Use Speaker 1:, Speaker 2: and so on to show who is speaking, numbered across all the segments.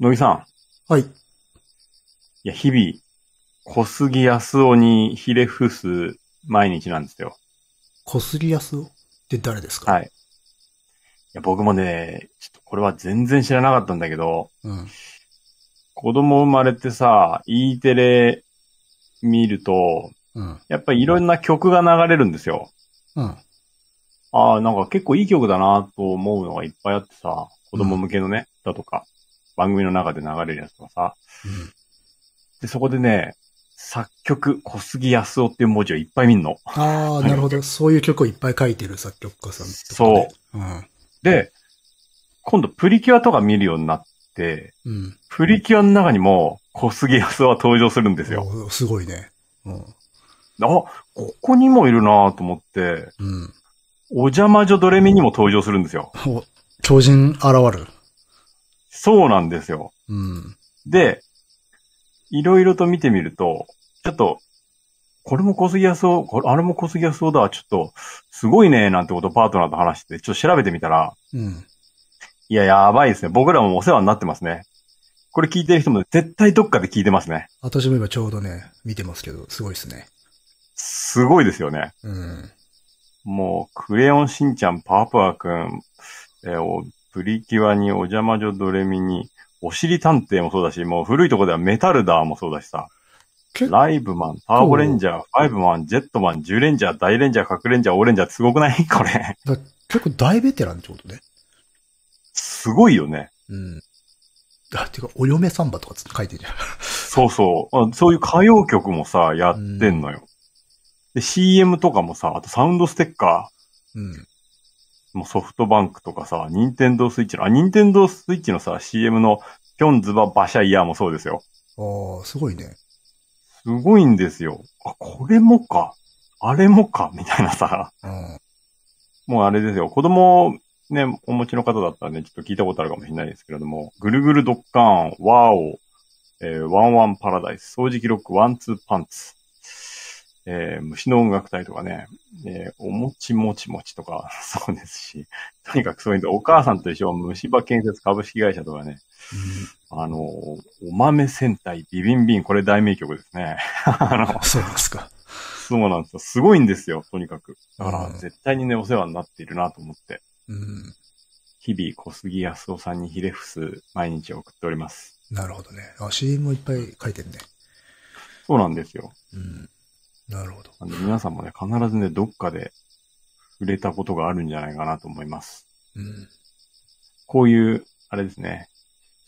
Speaker 1: 野木さん、
Speaker 2: はい。
Speaker 1: いや、日々、小杉康夫にひれ伏す毎日なんですよ。
Speaker 2: こすりやすおって誰ですか
Speaker 1: はい。いや、僕もね、ちょっとこれは全然知らなかったんだけど、
Speaker 2: うん。
Speaker 1: 子供生まれてさ、E テレ見ると、
Speaker 2: うん。
Speaker 1: やっぱりいろんな曲が流れるんですよ。
Speaker 2: うん。
Speaker 1: ああ、なんか結構いい曲だなと思うのがいっぱいあってさ、子供向けのね、だとか、番組の中で流れるやつとかさ。で、そこでね、作曲、小杉康夫っていう文字をいっぱい見んの。
Speaker 2: ああ、なるほど。そういう曲をいっぱい書いてる作曲家さんとか、ね。そう。うん。
Speaker 1: で、今度プリキュアとか見るようになって、
Speaker 2: うん。
Speaker 1: プリキュアの中にも小杉康夫は登場するんですよ。
Speaker 2: おすごいね。うん。
Speaker 1: あ、ここにもいるなと思って、
Speaker 2: うん。
Speaker 1: お邪魔女ドレミにも登場するんですよ。
Speaker 2: お超人現る。
Speaker 1: そうなんですよ。
Speaker 2: うん。
Speaker 1: で、いろいろと見てみると、ちょっと、これも小杉康夫、これあれも小杉康夫だ、ちょっと、すごいね、なんてことをパートナーと話して、ちょっと調べてみたら、
Speaker 2: うん。
Speaker 1: いや、やばいですね。僕らもお世話になってますね。これ聞いてる人も絶対どっかで聞いてますね。
Speaker 2: 私も今ちょうどね、見てますけど、すごいですね。
Speaker 1: すごいですよね。
Speaker 2: うん。
Speaker 1: もう、クレヨンしんちゃん、パワーパワーくん、えーおプリキュアに、お邪魔女ドレミに、おしり探偵もそうだし、もう古いとこではメタルダーもそうだしさ
Speaker 2: 結。構
Speaker 1: ライブマン、ターボレンジャー、ファイブマン、ジェットマン、ジュレンジャー、大レンジャー、核レンジャー、オレンジャーってすごくない これ。
Speaker 2: だ結構大ベテランってことね。
Speaker 1: すごいよね。
Speaker 2: うん。あ、てか、お嫁サンバとかつ書いてるじゃん。
Speaker 1: そうそう。あそういう歌謡曲もさ、やってんのよ。で、CM とかもさ、あとサウンドステッカ
Speaker 2: うん。
Speaker 1: ーもソフトバンクとかさ、ニンテンドースイッチの、あ、ニンテンドースイッチのさ、CM のピョンズババシャイヤーもそうですよ。
Speaker 2: ああ、すごいね。
Speaker 1: すごいんですよ。あ、これもか。あれもか。みたいなさ。
Speaker 2: うん。
Speaker 1: もうあれですよ。子供、ね、お持ちの方だったらね、ちょっと聞いたことあるかもしれないですけれども、ぐるぐるドッカーン、ワーオ、えーワンワンパラダイス、掃除機ロック、ワンツーパンツ、えー虫の音楽隊とかね、えーおもちもちもちとか、 そうですし、とにかくそういうの、お母さんと一緒、虫歯建設株式会社とかね、あの、お豆戦隊、ビビンビン、これ大名曲ですね。 あの、
Speaker 2: そうですか。
Speaker 1: そうなんですよ。すごいんですよ、とにかく。だから、
Speaker 2: うん
Speaker 1: 絶対にね、お世話になっているなと思って、
Speaker 2: うん。
Speaker 1: 日々、小杉康夫さんにひれ伏す毎日を送っております。
Speaker 2: なるほどね。あ、CM もいっぱい書いてるね。
Speaker 1: そうなんですよ。
Speaker 2: うん。なるほど。
Speaker 1: なんで、皆さんもね、必ずね、どっかで触れたことがあるんじゃないかなと思います。
Speaker 2: うん。
Speaker 1: こういう、あれですね、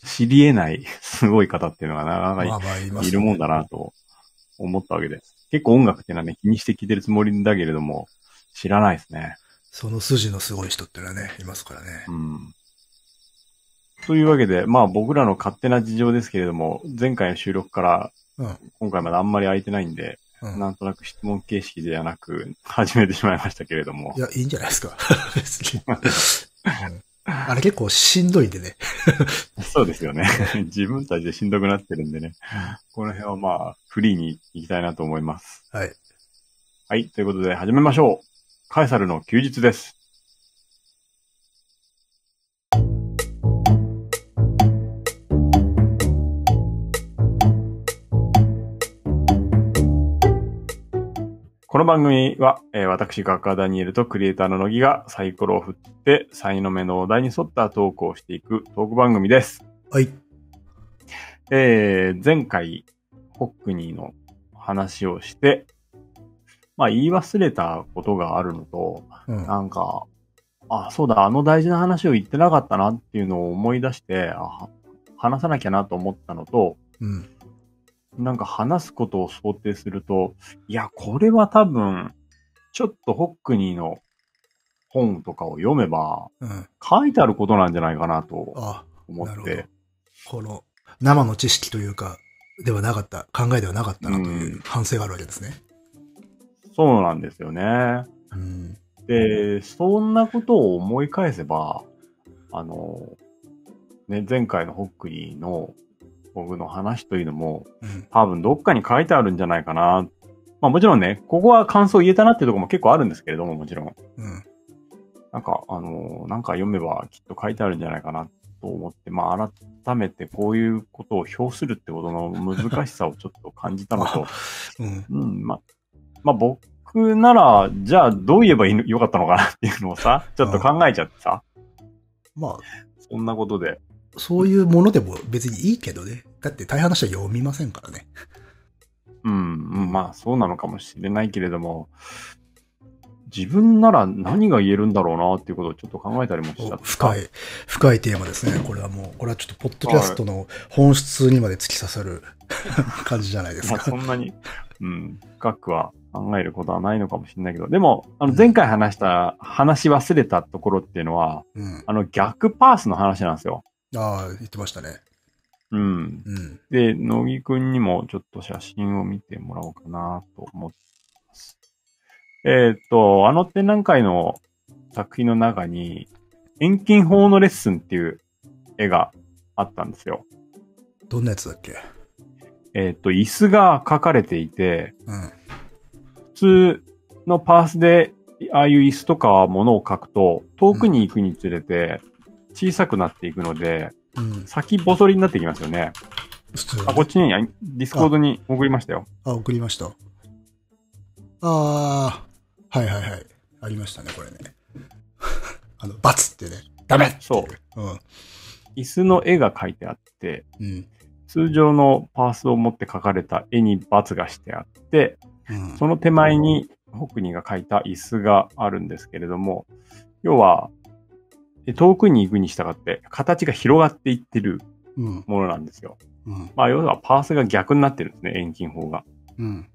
Speaker 1: 知り得ないすごい方っていうのがなかな
Speaker 2: ま
Speaker 1: か
Speaker 2: あまあ、いま
Speaker 1: い
Speaker 2: す、
Speaker 1: いるもんだな。と思ったわけです。結構音楽っていうのはね、気にして聞いてるつもりだけれども、知らないですね。
Speaker 2: その筋のすごい人ってのはね、いますからね。
Speaker 1: うんというわけで、まあ僕らの勝手な事情ですけれども、前回の収録から
Speaker 2: うん
Speaker 1: 今回まであんまり空いてないんで、
Speaker 2: うん。
Speaker 1: なんとなく質問形式ではなく始めてしまいましたけれども
Speaker 2: い。や、いいんじゃないですか。 別に。うんあれ結構しんどいんでね。
Speaker 1: そうです よね。自分たちでしんどくなってるんでね。この辺はまあフリーに行きたいなと思います。
Speaker 2: はい。
Speaker 1: はい。ということで始めましょう。カエサルの休日です。この番組は、えー私、画家ダニエルとクリエイターの乃木がサイコロを振って、才の目のお題に沿ったトークをしていくトーク番組です。
Speaker 2: はい。
Speaker 1: えー前回、ホックニーの話をして、まあ、言い忘れたことがあるのと、
Speaker 2: うん。
Speaker 1: なんか、あ、そうだ、あの大事な話を言ってなかったなっていうのを思い出して、あ話さなきゃなと思ったのと、
Speaker 2: うん。
Speaker 1: なんか話すことを想定すると、いや、これは多分、ちょっとホックニーの本とかを読めば、
Speaker 2: うん。
Speaker 1: 書いてあることなんじゃないかなと
Speaker 2: あ、
Speaker 1: 思
Speaker 2: なる
Speaker 1: っ
Speaker 2: ほど
Speaker 1: て、
Speaker 2: この生の知識というか、ではなかった、考えではなかったなという反省があるわけですね。
Speaker 1: そうなんですよね。
Speaker 2: うん。
Speaker 1: で、そんなことを思い返せば、あの、ね、前回のホックリーの僕の話というのも、
Speaker 2: うん。
Speaker 1: 多分どっかに書いてあるんじゃないかな。まあもちろんね、ここは感想言えたなっていうところも結構あるんですけれども、もちろん。
Speaker 2: うん。
Speaker 1: なんか、あの、なんか読めばきっと書いてあるんじゃないかなっと思って、まあ、改めてこういうことを表するってことの難しさをちょっと感じたのと、
Speaker 2: うん。
Speaker 1: うん、まあ、まあ、僕なら、じゃあどう言えばいいのよかったのかなっていうのをさ、ちょっと考えちゃってさ、
Speaker 2: ま
Speaker 1: そんなことで。
Speaker 2: あ、そういうものでも別にいいけどね。だって大半の人は読みませんからね。
Speaker 1: うん、うんまあそうなのかもしれないけれども、自分なら何が言えるんだろうなっていうことをちょっと考えたりもしちゃ
Speaker 2: お
Speaker 1: った。
Speaker 2: 深い、深いテーマですね。これはもう、これはちょっとポッドキャストの本質にまで突き刺さる 感じじゃないです
Speaker 1: まあ、そ
Speaker 2: か。
Speaker 1: んなに、うん、深くは考えることはないのかもしれないけど、でも、あの前回話した、話し忘れたところっていうのは、
Speaker 2: うん。
Speaker 1: あの逆パースの話なんですよ。
Speaker 2: ああ、言ってましたね。
Speaker 1: うん。
Speaker 2: うん。
Speaker 1: で、乃木くんにもちょっと写真を見てもらおうかなと思ってます。えーっと、あの展覧会の作品の中に、遠近法のレッスンっていう絵があったんですよ。
Speaker 2: どんなやつだっけ
Speaker 1: えーっと、椅子が描かれていて、
Speaker 2: うん。
Speaker 1: 普通のパースで、ああいう椅子とか物を描くと、遠くに行くにつれて、小さくなっていくので、
Speaker 2: うん。
Speaker 1: 先細りになってきますよね。
Speaker 2: 普通
Speaker 1: あ、こっちに、あディスコードに送りましたよ。
Speaker 2: あ、送りました。ああ、はいはいはい。ありましたね、これね。 あの、バツってね。ダメ
Speaker 1: そう。
Speaker 2: うん。
Speaker 1: 椅子の絵が描いてあって、
Speaker 2: うん。
Speaker 1: 通常のパースを持って描かれた絵に×がしてあって、
Speaker 2: うん。
Speaker 1: その手前に北にが描いた椅子があるんですけれども、要は、え遠くに行くに従って形が広がっていってる
Speaker 2: うん。
Speaker 1: ものなんですよ。
Speaker 2: うん。
Speaker 1: まあ、要はパースが逆になってるんですね、遠近法が。
Speaker 2: うん。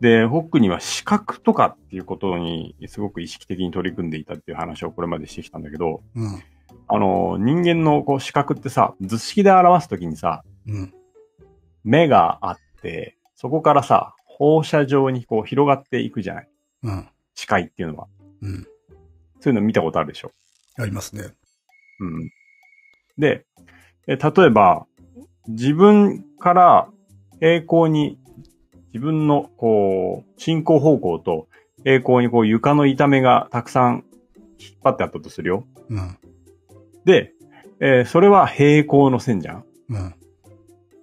Speaker 1: で、ホックには視覚とかっていうことにすごく意識的に取り組んでいたっていう話をこれまでしてきたんだけど、
Speaker 2: うん。
Speaker 1: あの、人間のこう視覚ってさ、図式で表すときにさ、
Speaker 2: うん。
Speaker 1: 目があって、そこからさ、放射状にこう広がっていくじゃない
Speaker 2: うん。
Speaker 1: 視界っていうのは。
Speaker 2: うん。
Speaker 1: そういうの見たことあるでしょ。
Speaker 2: ありますね。
Speaker 1: うん。で、え例えば、自分から平行に、自分のこう、進行方向と平行にこう床の痛めがたくさん引っ張ってあったとするよ。
Speaker 2: うん。
Speaker 1: で、えーそれは平行の線じゃん。
Speaker 2: うん。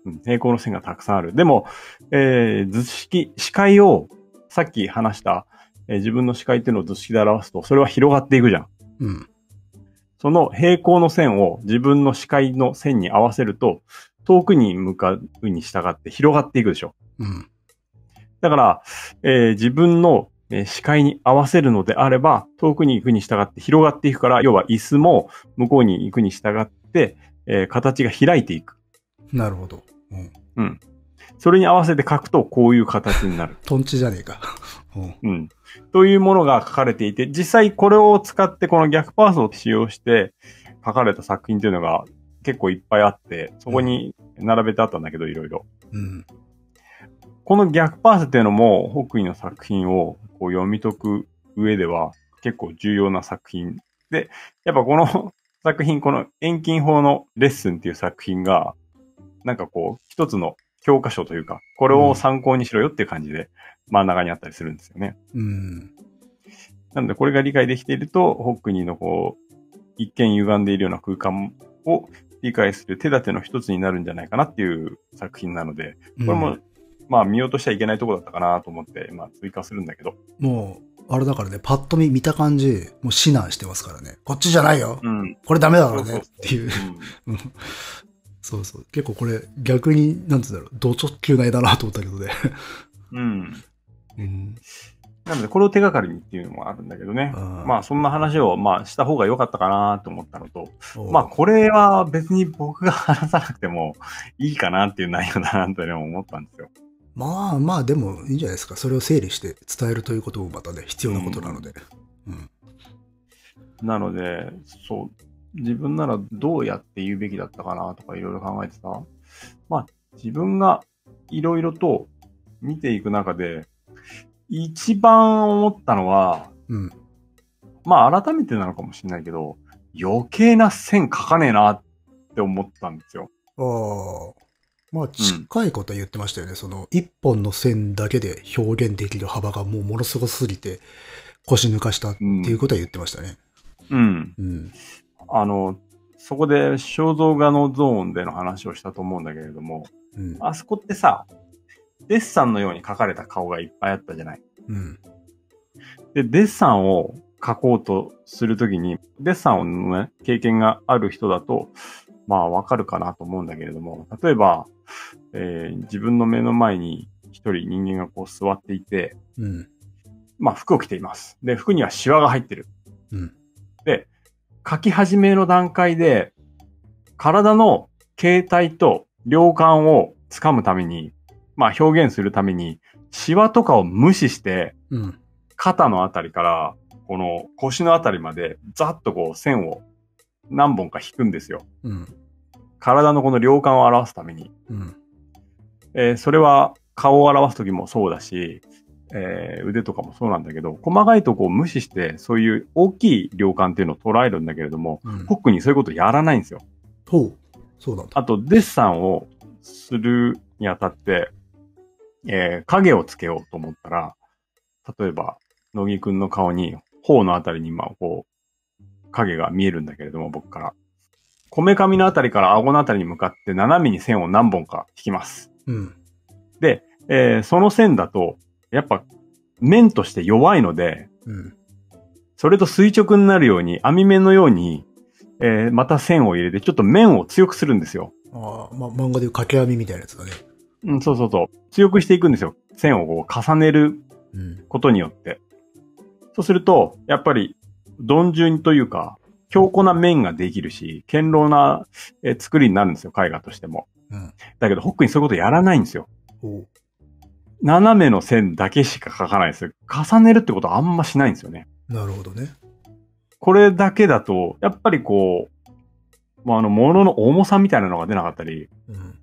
Speaker 1: うん平行の線がたくさんある。でも、えー図式、視界を、さっき話した、えー自分の視界っていうのを図式で表すと、それは広がっていくじゃん。
Speaker 2: うん。
Speaker 1: その平行の線を自分の視界の線に合わせると、遠くに向かうに従って広がっていくでしょ。
Speaker 2: うん。
Speaker 1: だから、えー自分のえー視界に合わせるのであれば、遠くに行くに従って広がっていくから、要は椅子も向こうに行くに従って、えー形が開いていく。
Speaker 2: なるほど。うん。
Speaker 1: それに合わせて書くと、こういう形になる。
Speaker 2: トンチじゃねえか。 うん。
Speaker 1: うん。というものが書かれていて、実際これを使ってこの逆パースを使用して書かれた作品というのが結構いっぱいあって、そこに並べてあったんだけど、いろいろ。
Speaker 2: うん。
Speaker 1: この逆パースっていうのも、北緯の作品をこう読み解く上では結構重要な作品。で、やっぱこの 作品、この遠近法のレッスンっていう作品が、なんかこう、一つの教科書というか、これを参考にしろよっていう感じで真ん中にあったりするんですよね。
Speaker 2: うん。
Speaker 1: なので、これが理解できていると、ホックニーのこう、一見歪んでいるような空間を理解する手立ての一つになるんじゃないかなっていう作品なので、
Speaker 2: うん
Speaker 1: これも、まあ見落としちゃいけないところだったかなと思って、まあ追加するんだけど。
Speaker 2: もう、あれだからね、パッと見、見た感じ、もう指南してますからね。こっちじゃないよ。
Speaker 1: うん。
Speaker 2: これダメだか
Speaker 1: そ
Speaker 2: ら
Speaker 1: うそ
Speaker 2: ね。
Speaker 1: う
Speaker 2: っていう。
Speaker 1: ん
Speaker 2: うんそうそう。結構これ、逆に、なんつうんだろう、同直球な絵だなと思ったけ どね。
Speaker 1: うん。
Speaker 2: うん。
Speaker 1: なので、これを手がかりにっていうのもあるんだけどね。
Speaker 2: うん
Speaker 1: まあ、そんな話を、まあ、した方が良かったかなと思ったのと、まあ、
Speaker 2: あ、
Speaker 1: これは別に僕が話さなくてもいいかなっていう内容だなというのも思ったんですよ。
Speaker 2: まあまあ、でもいいんじゃないですか。それを整理して伝えるということもまたね、必要なことなので。うん。
Speaker 1: なので、そう、自分ならどうやって言うべきだったかなとかいろいろ考えてさ、まあ、自分がいろいろと見ていく中で、一番思ったのは、
Speaker 2: うん。
Speaker 1: まあ改めてなのかもしれないけど、余計な線書かねえなって思ったんですよ。
Speaker 2: ああ。まあ、近いことは言ってましたよね。その、一本の線だけで表現できる幅がもうものすごすぎて、腰抜かしたっていうことは言ってましたね。
Speaker 1: うん。
Speaker 2: うん。
Speaker 1: あの、そこで肖像画のゾーンでの話をしたと思うんだけれども、
Speaker 2: うん。
Speaker 1: あそこってさ、デッサンのように描かれた顔がいっぱいあったじゃない。
Speaker 2: うん。
Speaker 1: で、デッサンを描こうとするときに、デッサンのね、経験がある人だと、まあわかるかなと思うんだけれども、例えば、えー自分の目の前に一人人間がこう座っていて、
Speaker 2: うん。
Speaker 1: まあ服を着ています。で、服にはシワが入ってる。
Speaker 2: うん。
Speaker 1: 書き始めの段階で、体の形態と量感をつかむために、まあ表現するために、シワとかを無視して、
Speaker 2: うん。
Speaker 1: 肩のあたりから、この腰のあたりまで、ざっとこう線を何本か引くんですよ。
Speaker 2: うん。
Speaker 1: 体のこの量感を表すために。
Speaker 2: うん。
Speaker 1: えーそれは顔を表す時もそうだし、えー腕とかもそうなんだけど、細かいとこを無視して、そういう大きい量感っていうのを捉えるんだけれども、
Speaker 2: うん
Speaker 1: ホ。ックにそういうことやらないんですよ。
Speaker 2: ほう。そうなんだ。
Speaker 1: あと、デッサンをするにあたって、えー影をつけようと思ったら、例えば、乃木くんの顔に、頬のあたりに今、こう、影が見えるんだけれども、僕から。こめかみのあたりから顎のあたりに向かって斜めに線を何本か引きます。
Speaker 2: うん。
Speaker 1: で、えーその線だと、やっぱ、面として弱いので、
Speaker 2: うん。
Speaker 1: それと垂直になるように、網目のように、えーまた線を入れて、ちょっと面を強くするんですよ。
Speaker 2: ああ、ま、漫画でいう掛け網みたいなやつだね。
Speaker 1: うん、そうそうそう。強くしていくんですよ。線をこう重ねる
Speaker 2: うん。
Speaker 1: ことによって。そうすると、やっぱり、鈍重にというか、強固な面ができるし、堅牢なえー作りになるんですよ、絵画としても。
Speaker 2: うん。
Speaker 1: だけど、ホックにそういうことやらないんですよ。
Speaker 2: ほう。
Speaker 1: 斜めの線だけしか描かないんですよ。重ねるってことはあんましないんですよね。
Speaker 2: なるほどね。
Speaker 1: これだけだと、やっぱりこう、まあ、あの、物の重さみたいなのが出なかったり、
Speaker 2: うん。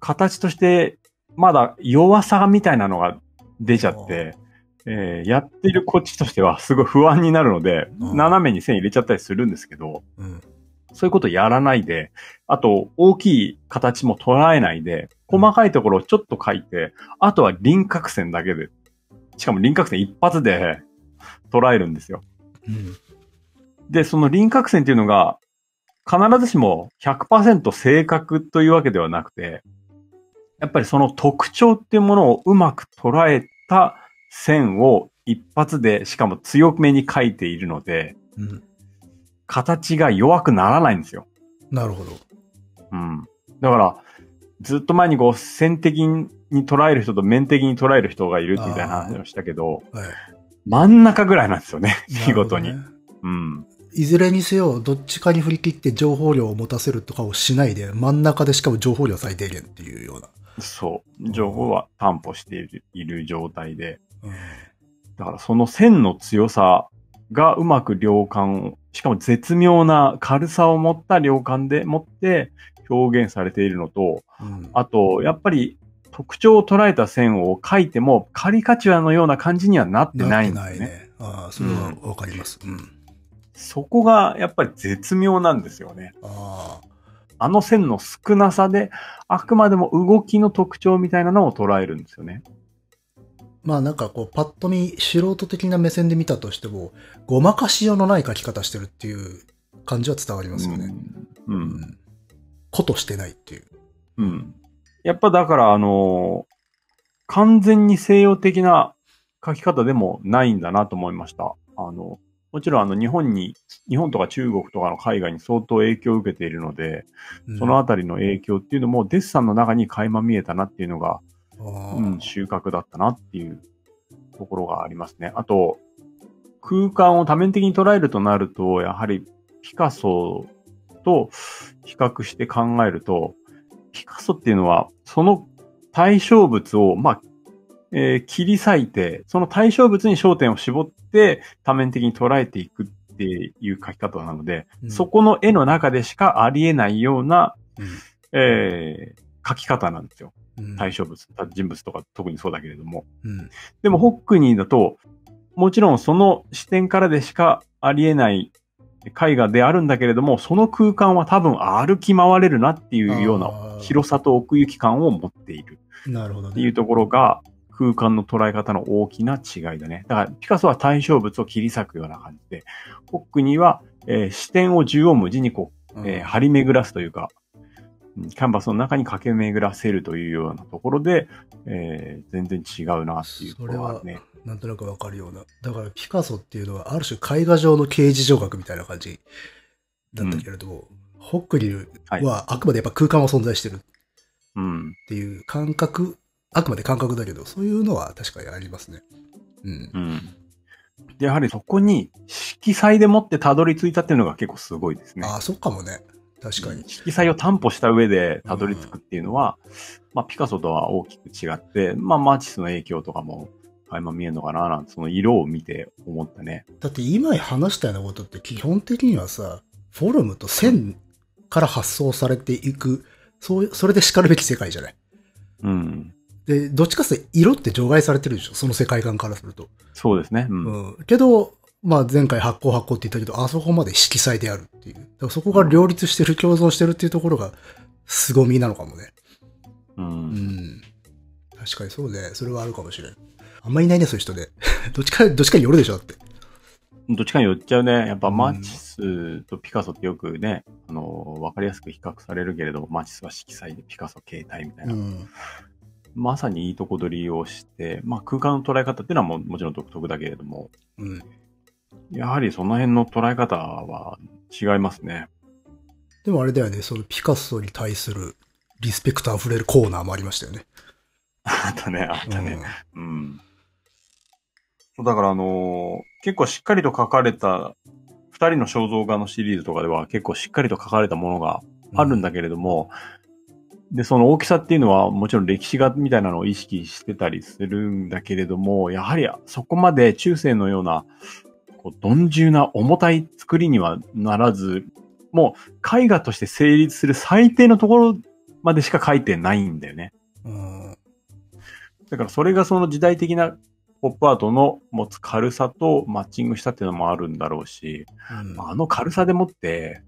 Speaker 1: 形としてまだ弱さみたいなのが出ちゃって、えーやってるこっちとしてはすごい不安になるので、
Speaker 2: うん
Speaker 1: 斜めに線入れちゃったりするんですけど、
Speaker 2: うん。
Speaker 1: そういうことやらないで、あと大きい形も捉えないで、細かいところをちょっと書いて、あとは輪郭線だけで、しかも輪郭線一発で捉えるんですよ。
Speaker 2: うん。
Speaker 1: で、その輪郭線っていうのが、必ずしも100%正確というわけではなくて、やっぱりその特徴っていうものをうまく捉えた線を一発で、しかも強めに描いているので、
Speaker 2: うん。
Speaker 1: 形が弱くならないんですよ。
Speaker 2: なるほど。
Speaker 1: うん。だから、ずっと前にこう、線的に捉える人と面的に捉える人がいるみたいな話をしたけど、
Speaker 2: はい。
Speaker 1: 真ん中ぐらいなんですよね、見事
Speaker 2: な
Speaker 1: に。
Speaker 2: るほどね
Speaker 1: うん。
Speaker 2: いずれにせよ、どっちかに振り切って情報量を持たせるとかをしないで、真ん中でしかも情報量最低限っていうような。
Speaker 1: そう。情報は担保しているいる状態で。だからその線の強さがうまく量感を、しかも絶妙な軽さを持った量感でもって表現されているのと、
Speaker 2: うん。
Speaker 1: あと、やっぱり特徴を捉えた線を描いてもカリカチュアのような感じにはなってないん
Speaker 2: な
Speaker 1: で
Speaker 2: っ
Speaker 1: す
Speaker 2: て
Speaker 1: ね。
Speaker 2: ないね。ああ、それはわかります。うん。
Speaker 1: そこがやっぱり絶妙なんですよね。
Speaker 2: ああ、
Speaker 1: あの線の少なさで、あくまでも動きの特徴みたいなのを捉えるんですよね。
Speaker 2: まあなんかこう、パッと見、素人的な目線で見たとしても、ごまかしようのない書き方してるっていう感じは伝わりますよね。
Speaker 1: うん。う
Speaker 2: うんん。ことしてないっていう。
Speaker 1: うん。やっぱだから、あのー完全に西洋的な書き方でもないんだなと思いました。あの、もちろんあの日本に、日本とか中国とかの海外に相当影響を受けているので、
Speaker 2: うん
Speaker 1: そのあたりの影響っていうのもデッサンの中に垣間見えたなっていうのが、
Speaker 2: ああ
Speaker 1: うん、収穫だったなっていうところがありますね。あと、空間を多面的に捉えるとなると、やはりピカソと比較して考えると、ピカソっていうのは、その対象物を、まあ、えー切り裂いて、その対象物に焦点を絞って多面的に捉えていくっていう書き方なので、
Speaker 2: うん
Speaker 1: そこの絵の中でしかありえないような、
Speaker 2: う
Speaker 1: えー書き方なんですよ。
Speaker 2: ん
Speaker 1: 対象物、人物とか特にそうだけれども。
Speaker 2: うん。
Speaker 1: でも、ホックニーだと、もちろんその視点からでしかありえない絵画であるんだけれども、その空間は多分歩き回れるなっていうような
Speaker 2: あー
Speaker 1: 広さと奥行き感を持っている
Speaker 2: なるほど
Speaker 1: ってい
Speaker 2: ね
Speaker 1: う。ところが、空間の捉え方の大きな違いだね。だから、ピカソは対象物を切り裂くような感じで、ホックニーは、えー視点を縦横無尽にこう
Speaker 2: うん
Speaker 1: えー張り巡らすというか、うんキャンバスの中に駆け巡らせるというようなところで、えー全然違うなっていうところはね。
Speaker 2: なんとなくわかるような。だからピカソっていうのはある種絵画上の刑事上学みたいな感じだったけれども、ホックリルはあくまでやっぱ空間は存在してるっ
Speaker 1: うん。
Speaker 2: ていう感覚、あくまで感覚だけど、そういうのは確かにありますね。うん
Speaker 1: う。ん。で、やはりそこに色彩でもってたどり着いたっていうのが結構すごいですね。
Speaker 2: ああ、そうかもね。確かに。
Speaker 1: 色彩を担保した上でたどり着くっていうのは、まあ、ピカソとは大きく違って、まあ、マーティスの影響とかも垣間見えるのかななんて、その色を見て思ったね。
Speaker 2: だって今話したようなことって基本的にはさ、フォルムと線から発想されていく、そうそれで叱るべき世界じゃない。
Speaker 1: うん。
Speaker 2: で、どっちかっていうと色って除外されてるでしょ、その世界観からすると。
Speaker 1: そうですね。うん。
Speaker 2: うん。けど、まあ前回発酵発酵って言ったけど、あそこまで色彩であるっていう。だからそこが両立してる、共存してるっていうところが凄みなのかもね。
Speaker 1: う。
Speaker 2: うんん。確かにそうね。それはあるかもしれん。あんまりいないね、そういう人ね。 どっちか、どっちかによるでしょ、だって。
Speaker 1: どっちかに寄っちゃうね。やっぱ
Speaker 2: うん
Speaker 1: マーティスとピカソってよくね、あの、わかりやすく比較されるけれども、マーティスは色彩でピカソ形態みたいな。
Speaker 2: うん。
Speaker 1: まさにいいとこ取りをして、まあ空間の捉え方っていうのはもうもちろん独特だけれども、
Speaker 2: うん。
Speaker 1: やはりその辺の捉え方は違いますね。
Speaker 2: でもあれだよね、そのピカソに対するリスペクトあふれるコーナーもありましたよね。
Speaker 1: あったね、あったね。うん。そうだからあのー結構しっかりと書かれた、二人の肖像画のシリーズとかでは結構しっかりと書かれたものが
Speaker 2: う
Speaker 1: あるんだけれども、で、その大きさっていうのはもちろん歴史画みたいなのを意識してたりするんだけれども、やはりそこまで中世のような、こう、鈍重な重たい作りにはならず、もう絵画として成立する最低のところまでしか書いてないんだよね。
Speaker 2: うん。
Speaker 1: だからそれがその時代的なポップアートの持つ軽さとマッチングしたっていうのもあるんだろうし、
Speaker 2: うん
Speaker 1: あの軽さでもって、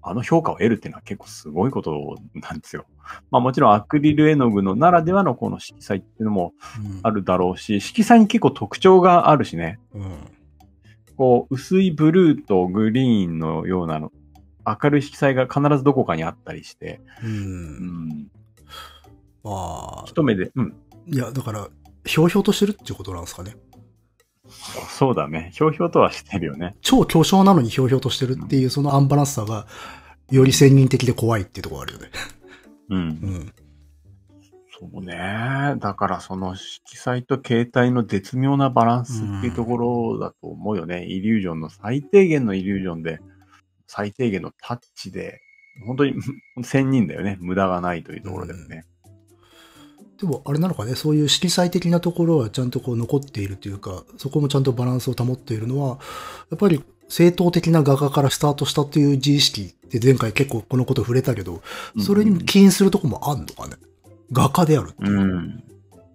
Speaker 1: あの評価を得るっていうのは結構すごいことなんですよ。まあもちろんアクリル絵の具のならではのこの色彩っていうのもあるだろうし、色彩に結構特徴があるしね。
Speaker 2: うん。
Speaker 1: こう薄いブルーとグリーンのようなの、明るい色彩が必ずどこかにあったりして、
Speaker 2: う。
Speaker 1: うんん、
Speaker 2: まあ、
Speaker 1: 一目で、うん、
Speaker 2: いや、だから、ひょうひょうとしてるっていうことなんですかね。
Speaker 1: そうだね。ひょうひょうとはしてるよね。
Speaker 2: 超巨匠なのにひょうひょうとしてるっていう、そのアンバランスさが、より専任的で怖いっていうところあるよね。
Speaker 1: うん
Speaker 2: う。ん。
Speaker 1: そうね。だからその色彩と形態の絶妙なバランスっていうところだと思うよね。イリュージョンの最低限のイリュージョンで、最低限のタッチで、本当に 千人だよね。無駄がないというところだよね。
Speaker 2: でも、あれなのかね、そういう色彩的なところはちゃんとこう残っているというか、そこもちゃんとバランスを保っているのは、やっぱり正当的な画家からスタートしたという自意識で前回結構このこと触れたけど、それに起因するとこもあんのかね。画家であるっていうう。
Speaker 1: ん。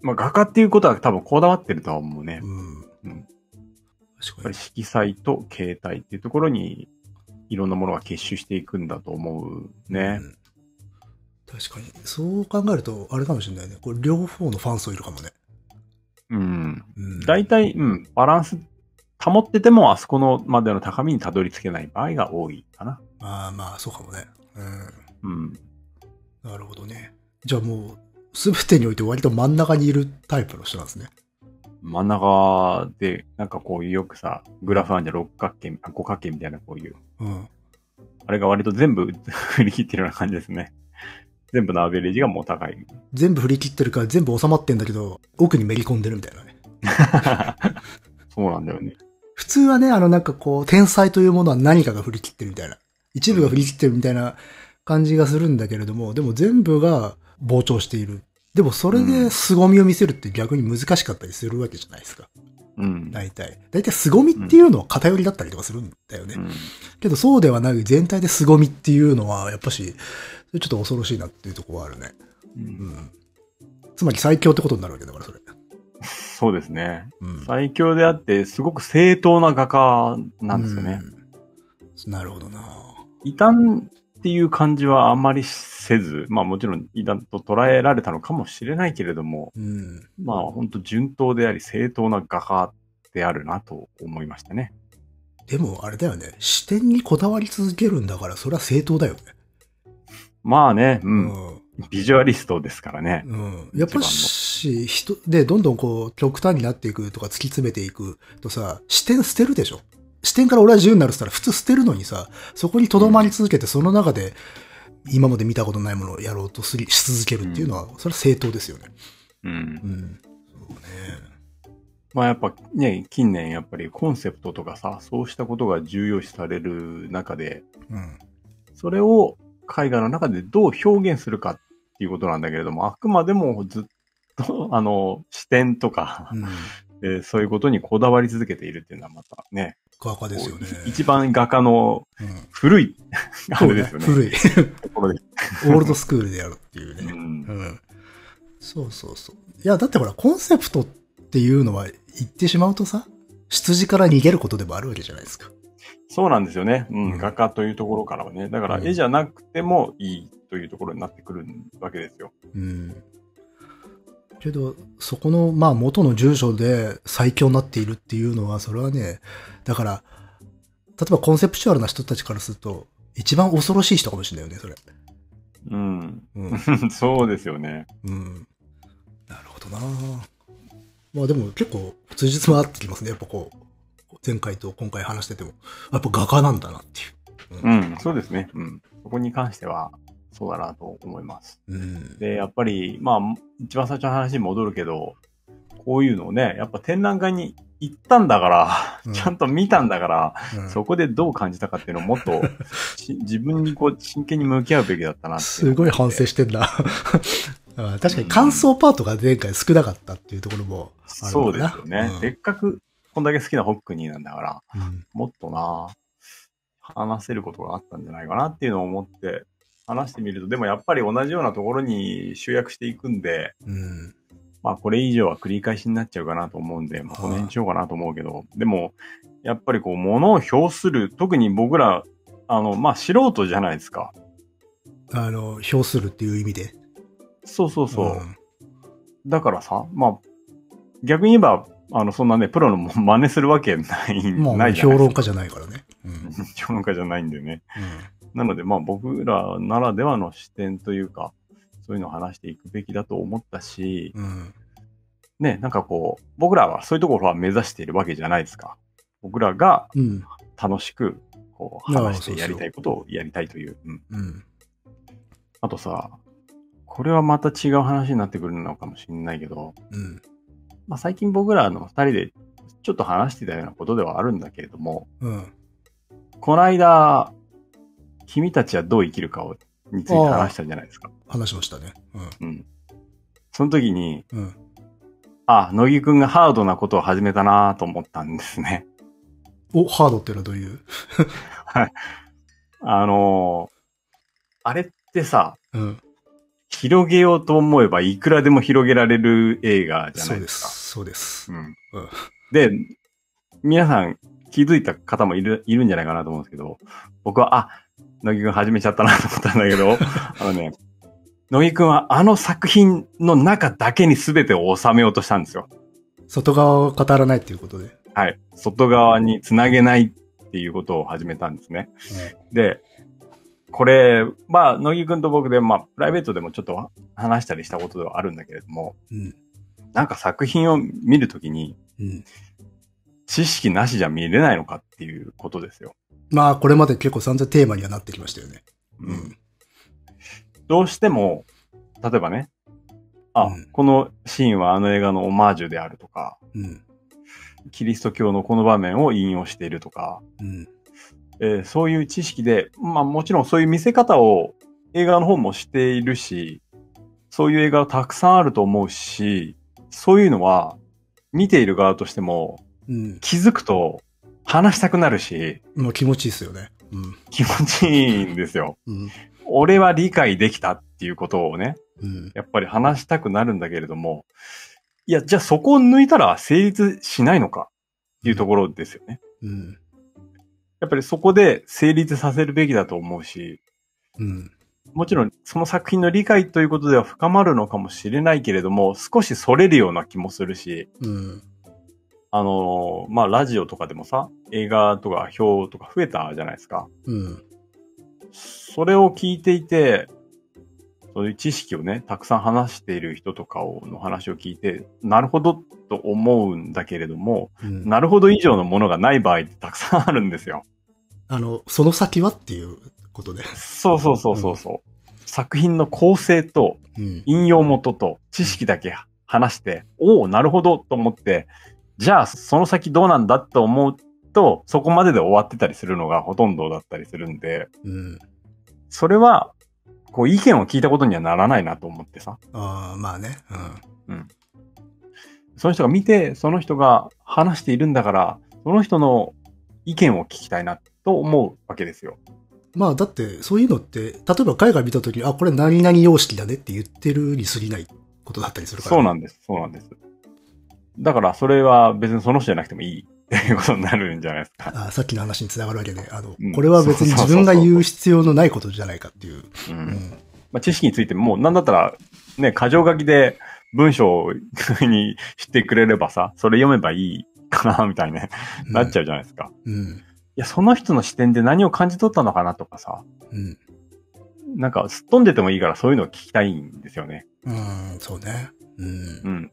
Speaker 1: まあ画家っていうことは多分こだわってるとは思うね。やっ
Speaker 2: うん。
Speaker 1: うん
Speaker 2: 確
Speaker 1: ぱ
Speaker 2: か
Speaker 1: り
Speaker 2: に。
Speaker 1: 色彩と形態っていうところに、いろんなものが結集していくんだと思うね
Speaker 2: う。ん確かに。そう考えると、あれかもしれないね。これ両方のファン層いるかもね。
Speaker 1: うん。
Speaker 2: うん。
Speaker 1: 大体、うん、バランス保ってても、あそこのまでの高みにたどり着けない場合が多いかな。
Speaker 2: まあまあ、そうかもね。うん。
Speaker 1: うん。
Speaker 2: なるほどね。じゃあもう、すべてにおいて割と真ん中にいるタイプの人なんですね。
Speaker 1: 真ん中で、なんかこういうよくさ、グラフあるじゃん六角形、あ五角形みたいなこういう、
Speaker 2: うん。
Speaker 1: あれが割と全部 振り切ってるような感じですね。全部のアベレージがもう高い。
Speaker 2: 全部振り切ってるから全部収まってんだけど、奥にめり込んでるみたいなね。
Speaker 1: そうなんだよね。
Speaker 2: 普通はね、あのなんかこう、天才というものは何かが振り切ってるみたいな。一部が振り切ってるみたいな感じがするんだけれども、でも全部が膨張している。でもそれで凄みを見せるって逆に難しかったりするわけじゃないですか。
Speaker 1: うん。
Speaker 2: 大体。大体凄みっていうのは偏りだったりとかするんだよね。
Speaker 1: うん
Speaker 2: けどそうではなく全体で凄みっていうのは、やっぱし、それちょっと恐ろしいなっていうところはあるね。
Speaker 1: うん
Speaker 2: うん。つまり最強ってことになるわけだから、それ。
Speaker 1: そうですね。
Speaker 2: うん。
Speaker 1: 最強であって、すごく正当な画家なんですよね。
Speaker 2: うん。なるほどな
Speaker 1: 異端っていう感じはあんまりせず、まあもちろん異端と捉えられたのかもしれないけれども、
Speaker 2: うん。
Speaker 1: まあ本当順当であり正当な画家であるなと思いましたね。
Speaker 2: でもあれだよね。視点にこだわり続けるんだから、それは正当だよね。
Speaker 1: まあね、う。
Speaker 2: うんん。
Speaker 1: ビジュアリストですからね。
Speaker 2: うん。やっぱし、人、で、どんどんこう、極端になっていくとか突き詰めていくとさ、視点捨てるでしょ。視点から俺は自由になるって言ったら普通捨てるのにさ、そこにとどまり続けて、その中で、今まで見たことないものをやろうとすりし続けるっていうのは、それは正当ですよね。
Speaker 1: うん
Speaker 2: う。ん。そうね。
Speaker 1: まあやっぱね、近年やっぱりコンセプトとかさ、そうしたことが重要視される中で、
Speaker 2: うん。
Speaker 1: それを絵画の中でどう表現するかっていうことなんだけれども、あくまでもずっと、あの、視点とか、
Speaker 2: うん。
Speaker 1: えーそういうことにこだわり続けているっていうのはまたね、
Speaker 2: 画家ですよ
Speaker 1: こ
Speaker 2: ね
Speaker 1: うい。一番画家の
Speaker 2: うん
Speaker 1: 古 い、あ
Speaker 2: そう
Speaker 1: れ
Speaker 2: ね
Speaker 1: ですよね。
Speaker 2: 古い。
Speaker 1: ところで。
Speaker 2: オールドスクールでやるっていう
Speaker 1: う。
Speaker 2: ね。うんん。そうそうそう。いや、だってほら、コンセプトっていうのは言ってしまうとさ、出自から逃げることでもあるわけじゃないですか。
Speaker 1: そうなんですよね。うん。
Speaker 2: うん
Speaker 1: 画家というところからはね。だから
Speaker 2: うん
Speaker 1: 絵じゃなくてもいいというところになってくるわけですよ。
Speaker 2: うん。けど、そこの、まあ、元の住所で最強になっているっていうのは、それはね、だから、例えばコンセプチュアルな人たちからすると、一番恐ろしい人かもしれないよね、それ。
Speaker 1: うん。
Speaker 2: うん。
Speaker 1: そうですよね。
Speaker 2: うん。なるほどなまあでも結構、通じつま合ってきますね。やっぱこう、前回と今回話してても、あやっぱ画家なんだなっていう
Speaker 1: うん。そうですね。うん。そこに関しては、そうだなと思います。。
Speaker 2: うん。
Speaker 1: で、やっぱり、まあ、一番最初の話に戻るけど、こういうのをね、やっぱ展覧会に行ったんだから、
Speaker 2: うん
Speaker 1: ちゃんと見たんだから、
Speaker 2: うん
Speaker 1: そこでどう感じたかっていうのをもっ とし自分にこう真剣に向き合うべきだったなってう
Speaker 2: すごい反省してんな。 あ確かに感想パートが前回少なかったっていうところもある
Speaker 1: そう
Speaker 2: のか
Speaker 1: です
Speaker 2: な
Speaker 1: よね。せっかくこんだけ好きなホックニーなんだから、
Speaker 2: うんうん
Speaker 1: もっとな、話せることがあったんじゃないかなっていうのを思って、話してみると、でもやっぱり同じようなところに集約していくんで、
Speaker 2: うん。
Speaker 1: まあこれ以上は繰り返しになっちゃうかなと思うんで、まあ、この辺にしようかなと思うけど、でも、やっぱりこう、物を表する、特に僕ら、あの、まあ素人じゃないですか。
Speaker 2: あの、表するっていう意味で。
Speaker 1: そうそうそう。
Speaker 2: ん
Speaker 1: だからさ、まあ、逆に言えば、あの、そんなね、プロのも真似するわけない、
Speaker 2: まあ、
Speaker 1: ないじゃな
Speaker 2: 評
Speaker 1: いです
Speaker 2: 論
Speaker 1: か。
Speaker 2: 家じゃないからね。うん。うん
Speaker 1: 評論家じゃないんでね。なので、まあ、僕らならではの視点というか、そういうのを話していくべきだと思ったし、
Speaker 2: うん。
Speaker 1: ね、なんかこう、僕らはそういうところは目指しているわけじゃないですか。僕らが
Speaker 2: うん。
Speaker 1: 楽しく、こう、
Speaker 2: いや
Speaker 1: 話して
Speaker 2: そうそう
Speaker 1: やりたいことをやりたいという。うん。
Speaker 2: うん。
Speaker 1: あとさ、これはまた違う話になってくるのかもしれないけど、
Speaker 2: うん。
Speaker 1: まあ、最近僕らの二人でちょっと話してたようなことではあるんだけれども、
Speaker 2: うん。
Speaker 1: この間、君たちはどう生きるかをについて話したじゃないですか。
Speaker 2: 話しましたね。
Speaker 1: うん。その時に、
Speaker 2: うん。うん。
Speaker 1: あ、乃木くんがハードなことを始めたなと思ったんですね。
Speaker 2: お、ハードっていうのはどういう
Speaker 1: あのーあれってさ、
Speaker 2: うん。
Speaker 1: 広げようと思えばいくらでも広げられる映画じゃ
Speaker 2: そ
Speaker 1: な
Speaker 2: う
Speaker 1: い
Speaker 2: で
Speaker 1: ですか。
Speaker 2: す。そうです。
Speaker 1: うん
Speaker 2: うん
Speaker 1: で、皆さん気づいた方もいるいるんじゃないかなと思うんですけど、僕は、あ、乃木くん始めちゃったなと思ったんだけ ど、あのね、乃木くんはあの作品の中だけに全てを収めようとしたんですよ。
Speaker 2: 外側を語らないっていうことで。
Speaker 1: はい。外側につなげないっていうことを始めたんですね。で、これ、まあ、乃木くんと僕で、まあ、プライベートでもちょっとは話したりしたことではあるんだけれども、
Speaker 2: うん。
Speaker 1: なんか作品を見るときに、
Speaker 2: うん。
Speaker 1: 知識なしじゃ見れないのかっていうことですよ。
Speaker 2: まあ、これまで結構散々テーマにはなってきましたよね。
Speaker 1: うん。。どうしても、例えばね、あ、
Speaker 2: うん
Speaker 1: このシーンはあの映画のオマージュであるとか、
Speaker 2: うん。
Speaker 1: キリスト教のこの場面を引用しているとか、
Speaker 2: うん。
Speaker 1: えーそういう知識で、まあもちろんそういう見せ方を映画の方もしているし、そういう映画はたくさんあると思うし、そういうのは見ている側としても
Speaker 2: うん。
Speaker 1: 気づくと話したくなるし、
Speaker 2: まあ、気持ちいいですよね。うん。
Speaker 1: 気持ちいいんですよ。
Speaker 2: うん。
Speaker 1: 俺は理解できたっていうことをね、
Speaker 2: うん。
Speaker 1: やっぱり話したくなるんだけれども、いや、じゃあそこを抜いたら成立しないのかっていうところですよね。
Speaker 2: うん。
Speaker 1: やっぱりそこで成立させるべきだと思うし、
Speaker 2: うん。
Speaker 1: もちろんその作品の理解ということでは深まるのかもしれないけれども、少し逸れるような気もするし、
Speaker 2: うん。
Speaker 1: あのーまあ、ラジオとかでもさ、映画とか表とか増えたじゃないですか。
Speaker 2: うん。
Speaker 1: それを聞いていて、そういう知識をね、たくさん話している人とかをの話を聞いて、なるほどと思うんだけれども、
Speaker 2: うん、
Speaker 1: なるほど以上のものがない場合ってたくさんあるんですよ。
Speaker 2: あの、その先はっていうことで。
Speaker 1: そうそうそうそうそう。作品の構成と
Speaker 2: うん。
Speaker 1: 引用元と知識だけ話して、おお、なるほどと思って、じゃあその先どうなんだと思うと、そこまでで終わってたりするのがほとんどだったりするんで、
Speaker 2: うん。
Speaker 1: それは、こう意見を聞いたことにはならないなと思ってさ、
Speaker 2: ああ、まあね。
Speaker 1: その人が見て、その人が話しているんだから、その人の意見を聞きたいなと思うわけですよ。
Speaker 2: うん。まあ、だって、そういうのって、例えば海外見たときに、あ、これ何々様式だねって言ってるに過ぎないことだったりするから。
Speaker 1: そうなんです、そうなんです。だからそれは別にその人じゃなくてもいいっていうことになるんじゃないですか。
Speaker 2: あさっきの話につながるわけで、あの、
Speaker 1: うん
Speaker 2: これは別に自分が言う必要のないことじゃないかっていう。
Speaker 1: う
Speaker 2: うんん。
Speaker 1: まあ、知識についても、なんだったら、ね、箇条書きで文章にしてくれればさ、それ読めばいいかな、みたいにね、なっちゃうじゃないですか。い
Speaker 2: うん。
Speaker 1: や、その人の視点で何を感じ取ったのかなとかさ、
Speaker 2: うん。
Speaker 1: なんか、すっ飛んでてもいいからそういうのを聞きたいんですよね。
Speaker 2: うん。うん、そうね。う。
Speaker 1: うんん。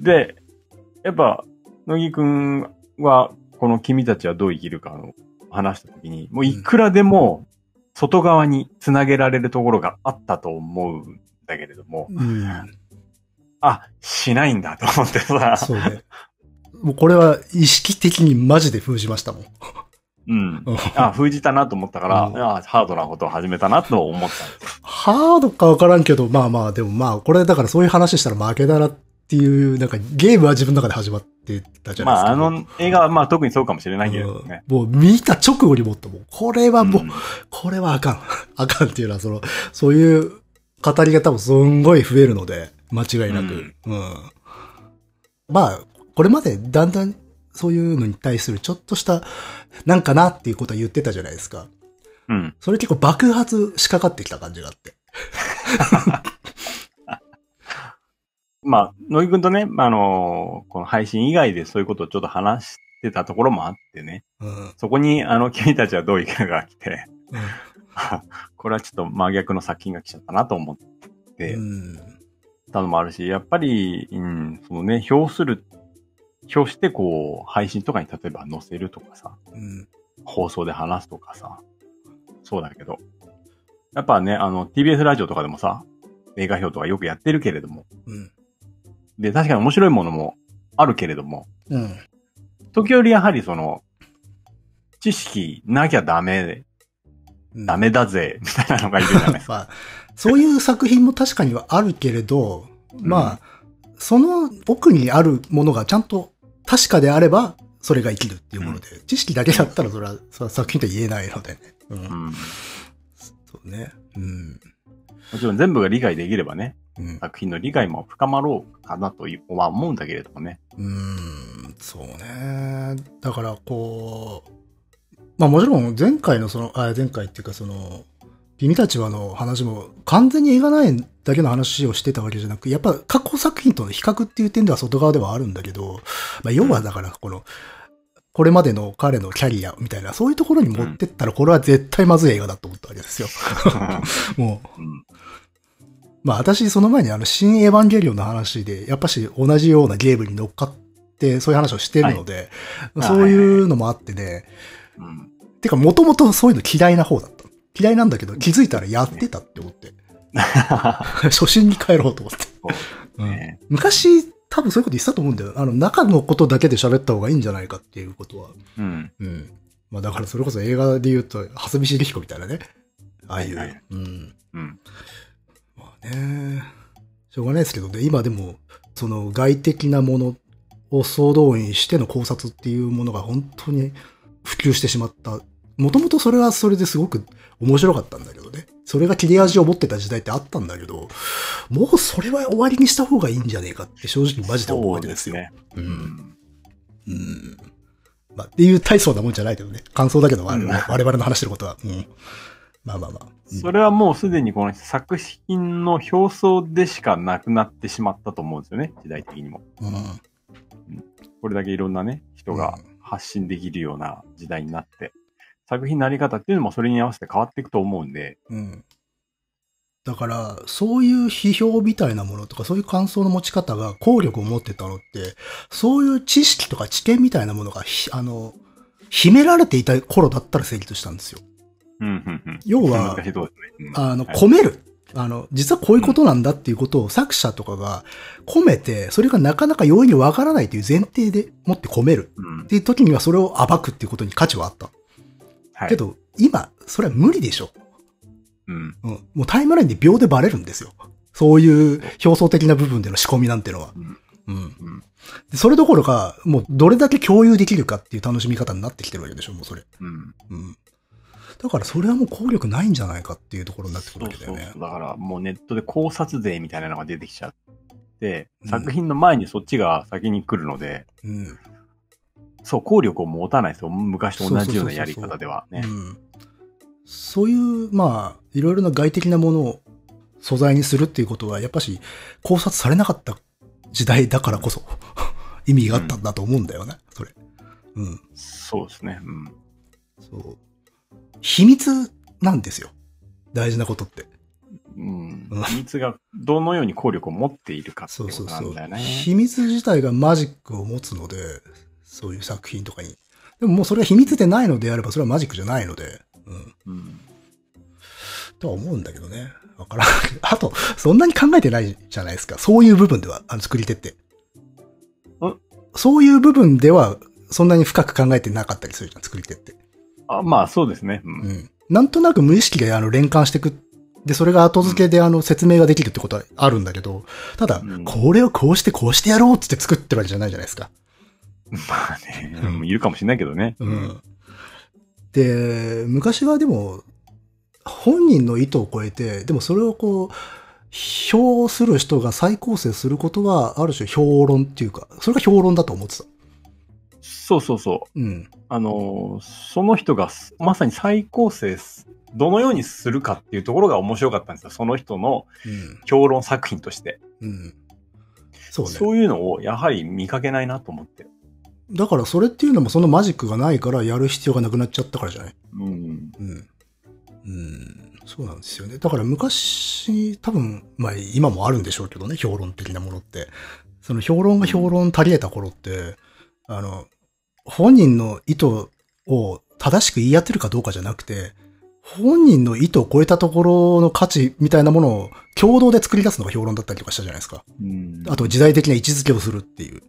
Speaker 1: で、やっぱ、乃木くんは、この君たちはどう生きるかの話したときに、もういくらでも外側につなげられるところがあったと思うんだけれども、
Speaker 2: うん。
Speaker 1: あ、しないんだと思ってさ。
Speaker 2: そうね。もうこれは意識的にマジで封じましたもん。
Speaker 1: うん。あ、封じたなと思ったから、
Speaker 2: うん
Speaker 1: あハードなことを始めたなと思ったんですよ。
Speaker 2: ハードかわからんけど、まあまあ、でもまあ、これだからそういう話したら負けだなっていう、なんかゲームは自分の中で始まってたじゃない
Speaker 1: まあ、
Speaker 2: ですか。
Speaker 1: あの映画はまあ特にそうかもしれないけれどね。
Speaker 2: うんもう見た直後にもっともう、これはもう、
Speaker 1: うん
Speaker 2: これはあかん。 あかんっていうのは、その、そういう語りが多分すんごい増えるので、間違いなく。うん。まあ、これまでだんだんそういうのに対するちょっとした、なんかなっていうことは言ってたじゃないですか。
Speaker 1: うん。
Speaker 2: それ結構爆発しかかってきた感じがあって。
Speaker 1: まあ、野木くんとね、まああのこの配信以外でそういうことをちょっと話してたところもあってね、
Speaker 2: うん。
Speaker 1: そこにあの、 君たちはどう生きるかが来て、
Speaker 2: うん
Speaker 1: あこれはちょっと真逆の作品が来ちゃったなと思って、
Speaker 2: うん。
Speaker 1: たのもあるし、やっぱり、うん、そのね、表する、表してこう、配信とかに例えば載せるとかさ、
Speaker 2: うん。
Speaker 1: 放送で話すとかさ、そうだけど、やっぱね、あの、TBS ラジオとかでもさ、映画表とかよくやってるけれども、
Speaker 2: うん。
Speaker 1: で、確かに面白いものもあるけれども、
Speaker 2: うん。
Speaker 1: 時折やはりその、知識なきゃダメ、
Speaker 2: うん
Speaker 1: ダメだぜ、みたいなのがいるじゃない
Speaker 2: まあ、そういう作品も確かにはあるけれど、まあ、その奥にあるものがちゃんと確かであれば、それが生きるっていうもので、知識だけだったらそれはそれは作品とは言えないのでね。うん。
Speaker 1: うん。も
Speaker 2: そうね。うん。
Speaker 1: ちろん全部が理解できればね、
Speaker 2: うん。
Speaker 1: 作品の理解も深まろうかなというは思うんだけれども ね。
Speaker 2: うん、そうね。だから、こう、まあもちろん前回のその、あ前回っていうかその、君たちはの話も完全に映画内だけの話をしてたわけじゃなく、やっぱ過去作品との比較っていう点では外側ではあるんだけど、まあ要はだからこの、これまでの彼のキャリアみたいな、そういうところに持ってったら、これは絶対まずい映画だと思ったわけですよ。もう、
Speaker 1: うん
Speaker 2: まあ私、その前にあの、新エヴァンゲリオンの話で、やっぱし同じようなゲームに乗っかって、そういう話をしてるので、
Speaker 1: はい
Speaker 2: そういうのもあってね、
Speaker 1: うん
Speaker 2: てか、もともとそういうの嫌いな方だった。嫌いなんだけど、気づいたらやってたって 思って。初心に帰ろうと思って。うん
Speaker 1: ね
Speaker 2: 昔、多分そういうこと言ってたと思うんだよ。あの、中のことだけで喋った方がいいんじゃないかっていうことは。
Speaker 1: うん。
Speaker 2: うん。まあだからそれこそ映画で言うと、蓮見茂彦みたいなね。ああいう。
Speaker 1: はいはい
Speaker 2: うん。
Speaker 1: うん。
Speaker 2: まあね、しょうがないですけどね、今でも、その外的なものを総動員しての考察っていうものが本当に普及してしまった。もともとそれはそれですごく面白かったんだけどね。それが切れ味を持ってた時代ってあったんだけど、もうそれは終わりにした方がいいんじゃねえかって正直マジで思うわけですよ。
Speaker 1: そうね。うん
Speaker 2: う。
Speaker 1: ん。
Speaker 2: うん。まあ、っていう大層なもんじゃないけどね。感想だけど、我々の我々の話してることは。うん。まあまあまあ。うん
Speaker 1: それはもうすでにこの作品の表層でしかなくなってしまったと思うんですよね、時代的にも。
Speaker 2: うん。
Speaker 1: これだけいろんなね、人が発信できるような時代になって、作品のあり方っていうのもそれに合わせて変わっていくと思うんで、
Speaker 2: うん。だから、そういう批評みたいなものとか、そういう感想の持ち方が効力を持ってたのって、そういう知識とか知見みたいなものがひ、あの、秘められていた頃だったら成立したんですよ。
Speaker 1: うん、うん、うん。
Speaker 2: 要は
Speaker 1: 難しいとこですね。うん
Speaker 2: あの、
Speaker 1: はい
Speaker 2: 込める。あの、実はこういうことなんだっていうことを作者とかが込めて、それがなかなか容易にわからないという前提でもって込める
Speaker 1: うん
Speaker 2: っ。ていう時にはそれを暴くっていうことに価値はあった。
Speaker 1: はい。
Speaker 2: け、ど、今、それは無理でしょ。
Speaker 1: うん。
Speaker 2: うん。もうタイムラインで秒でバレるんですよ。そういう表層的な部分での仕込みなんてのは。
Speaker 1: うん
Speaker 2: うん。
Speaker 1: うん。
Speaker 2: でそれどころか、もうどれだけ共有できるかっていう楽しみ方になってきてるわけでしょ、もうそれ。
Speaker 1: うん。
Speaker 2: うん。だからそれはもう効力ないんじゃないかっていうところになってくるわけだよね。
Speaker 1: そうそうそうだからもうネットで考察税みたいなのが出てきちゃって、
Speaker 2: うん
Speaker 1: 作品の前にそっちが先に来るので、
Speaker 2: うん。
Speaker 1: そう、効力を持たないですよ。昔と同じようなやり方ではね
Speaker 2: う。ん、そういう、まあ、いろいろな外的なものを素材にするっていうことは、やっぱし考察されなかった時代だからこそ、 意味があったんだと思うんだよね、それ。うん。
Speaker 1: そうですね。うん。
Speaker 2: そう。秘密なんですよ。大事なことって。
Speaker 1: うん
Speaker 2: うん
Speaker 1: 秘密がどのように効力を持っているかって
Speaker 2: そう
Speaker 1: こと
Speaker 2: そう
Speaker 1: な
Speaker 2: そ
Speaker 1: ん
Speaker 2: う
Speaker 1: だよ。ね。
Speaker 2: 秘密自体がマジックを持つので、そういう作品とかに。でももうそれが秘密でないのであれば、それはマジックじゃないので、うん。
Speaker 1: うん
Speaker 2: とは思うんだけどね。わからん。 あと、そんなに考えてないじゃないですか。そういう部分では、あの、作り手って。そういう部分では、そんなに深く考えてなかったりするじゃん、作り手って。
Speaker 1: あまあそうですね。う
Speaker 2: うんん。なんとなく無意識で、あの、連関してく。で、それが後付けで、あの、説明ができるってことはあるんだけど、ただ
Speaker 1: うん、
Speaker 2: これをこうして、こうしてやろうっつって作ってるわけじゃないじゃないですか。
Speaker 1: まあね、
Speaker 2: うん
Speaker 1: いるかもしれないけどね。
Speaker 2: うん。で、昔はでも、本人の意図を超えて、でもそれをこう、評する人が再構成することは、ある種評論っていうか、それが評論だと思ってた。
Speaker 1: そうそうそう。
Speaker 2: うん。
Speaker 1: あのーその人がすまさに再構成すどのようにするかっていうところが面白かったんですよ。その人の
Speaker 2: うん。
Speaker 1: 評論作品として。
Speaker 2: うん。そう
Speaker 1: そ
Speaker 2: ね。
Speaker 1: ういうのをやはり見かけないなと思って。
Speaker 2: だからそれっていうのもそのマジックがないからやる必要がなくなっちゃったからじゃない
Speaker 1: うん。
Speaker 2: うん。うん。そうなんですよね。だから昔、多分、まあ今もあるんでしょうけどね、評論的なものって。その評論が評論足り得た頃って、あの、本人の意図を正しく言い当てるかどうかじゃなくて、本人の意図を超えたところの価値みたいなものを共同で作り出すのが評論だったりとかしたじゃないですか。
Speaker 1: うん。
Speaker 2: あと時代的な位置づけをするっていう。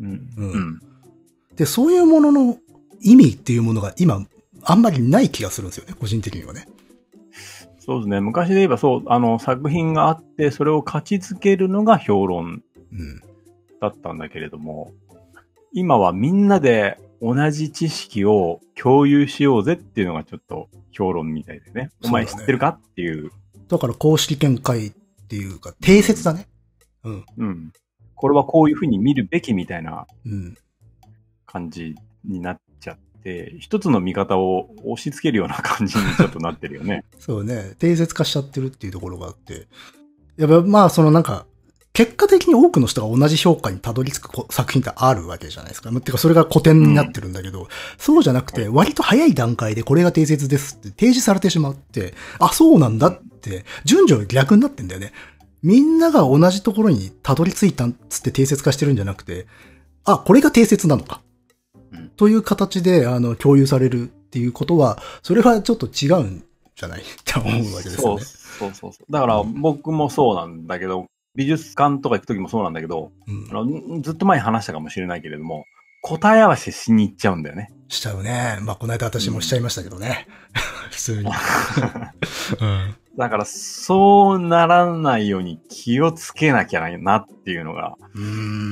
Speaker 1: うん。
Speaker 2: う
Speaker 1: うんん。
Speaker 2: で、そういうものの意味っていうものが今、あんまりない気がするんですよね、個人的にはね。
Speaker 1: そうですね。昔で言えばそう、あの、作品があって、それを勝ち付けるのが評論
Speaker 2: うん。
Speaker 1: だったんだけれども、今はみんなで同じ知識を共有しようぜっていうのがちょっと評論みたいでね。お前
Speaker 2: そ
Speaker 1: 知
Speaker 2: うだね
Speaker 1: ってるかっていう。
Speaker 2: だから公式見解っていうか、定説だね。うん。
Speaker 1: うん。これはこういうふうに見るべきみたいな
Speaker 2: うん。
Speaker 1: 感じになっちゃって、一つの見方を押し付けるような感じにちょっとなってるよ ね。
Speaker 2: そうね。定説化しちゃってるっていうところがあって。やっぱ、まあ、そのなんか、結果的に多くの人が同じ評価にたどり着くこ作品ってあるわけじゃないですか。まあてか、それが古典になってるんだけど、そうじゃなくて、割と早い段階でこれが定説ですって提示されてしまって、あ、そうなんだって、順序が逆になってんだよね。みんなが同じところにたどり着いたんつって定説化してるんじゃなくて、あ、これが定説なのか。
Speaker 1: うん
Speaker 2: という形で、あの、共有されるっていうことは、それはちょっと違うんじゃない って思うわけです
Speaker 1: そ
Speaker 2: よ
Speaker 1: う
Speaker 2: ね。
Speaker 1: そうそうそう。だから僕もそうなんだけど、美術館とか行くときもそうなんだけど、
Speaker 2: うん
Speaker 1: あのんずっと前に話したかもしれないけれども、答え合わせしに行っちゃうんだよね。
Speaker 2: しちゃうね。まあ、この間私もしちゃいましたけどね。 普 通に。うん。
Speaker 1: だから、そうならないように気をつけなきゃなっていうのが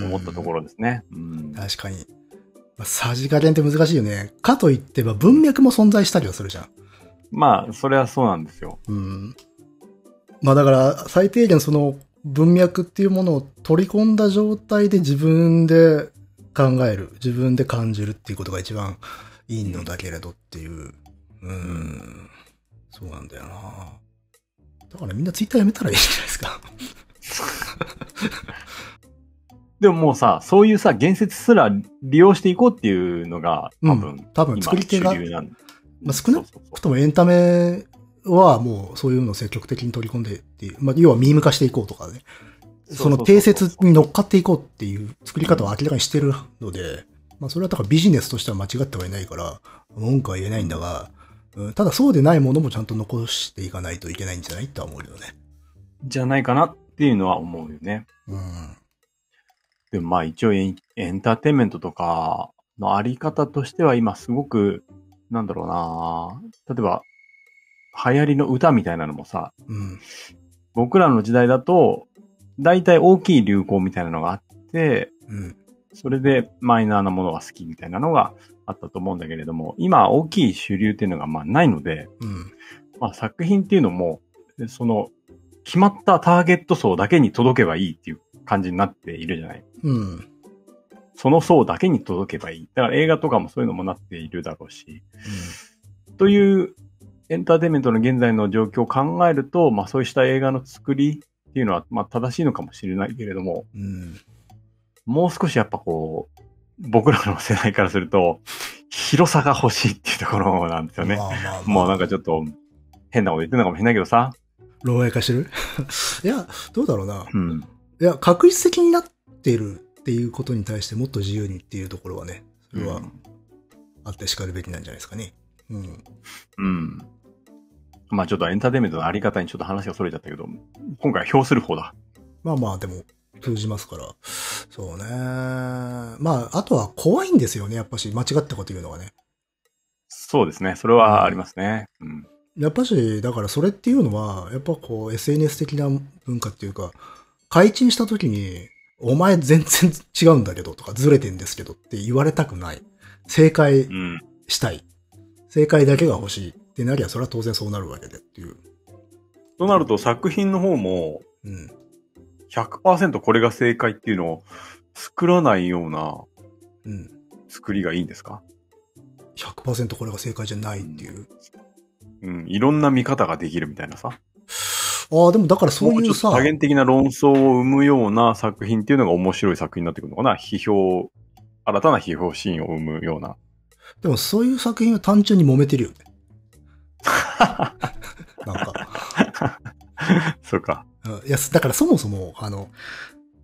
Speaker 1: 思ったところですね。うん。
Speaker 2: 確かに。まあさじ加減って難しいよね。かといってば文脈も存在したりはするじゃん。
Speaker 1: まあ、それはそうなんですよ。
Speaker 2: うん。まあだから、最低限その文脈っていうものを取り込んだ状態で自分で考える、自分で感じるっていうことが一番いいのだけれどっていう。うん。そうなんだよな。だからみんなツイッターやめたらいいじゃないですか。
Speaker 1: でももうさ、そういうさ、言説すら利用していこうっていうのが、多分、
Speaker 2: うん 多分
Speaker 1: 今
Speaker 2: 作り手が
Speaker 1: 主流なん
Speaker 2: まあ少
Speaker 1: そう
Speaker 2: な
Speaker 1: そうそう
Speaker 2: ともエンタメはもうそういうのを積極的に取り込んでっていう、まあ、要はミーム化していこうとかね、その定説に乗っかっていこうっていう作り方を明らかにしてるので、まあ、それはだからビジネスとしては間違ってはいないから、文句は言えないんだが、うんただそうでないものもちゃんと残していかないといけないんじゃないとは思うよね。
Speaker 1: じゃないかなっていうのは思うよね。
Speaker 2: うん。
Speaker 1: でもまあ一応エンエンターテインメントとかのあり方としては今すごく、なんだろうな例えば、流行りの歌みたいなのもさ、
Speaker 2: うん。
Speaker 1: 僕らの時代だと、大体大きい流行みたいなのがあって、
Speaker 2: うん。
Speaker 1: それでマイナーなものが好きみたいなのがあったと思うんだけれども、今大きい主流っていうのがまあないので、
Speaker 2: うん。
Speaker 1: まあ、作品っていうのも、その、決まったターゲット層だけに届けばいいっていう感じになっているじゃない。
Speaker 2: うん。
Speaker 1: その層だけに届けばいい。だから映画とかもそういうのもなっているだろうし。というエンターテインメントの現在の状況を考えると、まあそうした映画の作りっていうのは、まあ正しいのかもしれないけれども、
Speaker 2: うん。
Speaker 1: もう少しやっぱこう、僕らの世代からすると、広さが欲しいっていうところなんですよね。
Speaker 2: まあまあまあ
Speaker 1: もうなんかちょっと変なこと言ってるのかもしれないけどさ。
Speaker 2: 老害化してる いや、どうだろうな。
Speaker 1: うん。
Speaker 2: いや、確実的になってるっていうことに対してもっと自由にっていうところはね、それはあってしかるべきなんじゃないですかね。うん。
Speaker 1: うん。まあちょっとエンターテインメントのあり方にちょっと話がそれちゃったけど、今回は評する方だ。
Speaker 2: まあまあ、でも、通じますから。そうね。まあ、あとは怖いんですよね、やっぱし、間違ったこと言うのがね。
Speaker 1: そうですね。それはありますね。うん。
Speaker 2: やっぱし、だからそれっていうのは、やっぱこう、SNS 的な文化っていうか、開陳した時に、お前全然違うんだけどとか、ずれてんですけどって言われたくない。正解
Speaker 1: うん。
Speaker 2: したい。正解だけが欲しいってなりゃ、それは当然そうなるわけでっていう。
Speaker 1: となると作品の方も
Speaker 2: うん。
Speaker 1: 100%これが正解っていうのを作らないような
Speaker 2: うん。
Speaker 1: 作りがいいんですか
Speaker 2: 100%これが正解じゃないっていう。
Speaker 1: うん。いろんな見方ができるみたいなさ。
Speaker 2: ああ、でもだからそう
Speaker 1: もう
Speaker 2: い
Speaker 1: ちょ
Speaker 2: う
Speaker 1: っと
Speaker 2: さ、
Speaker 1: 多元的な論争を生むような作品っていうのが面白い作品になってくるのかな批評、新たな批評シーンを生むような。
Speaker 2: でもそういう作品は単純に揉めてるよね。なんか。
Speaker 1: そうか。
Speaker 2: うんいや、だからそもそも、あの、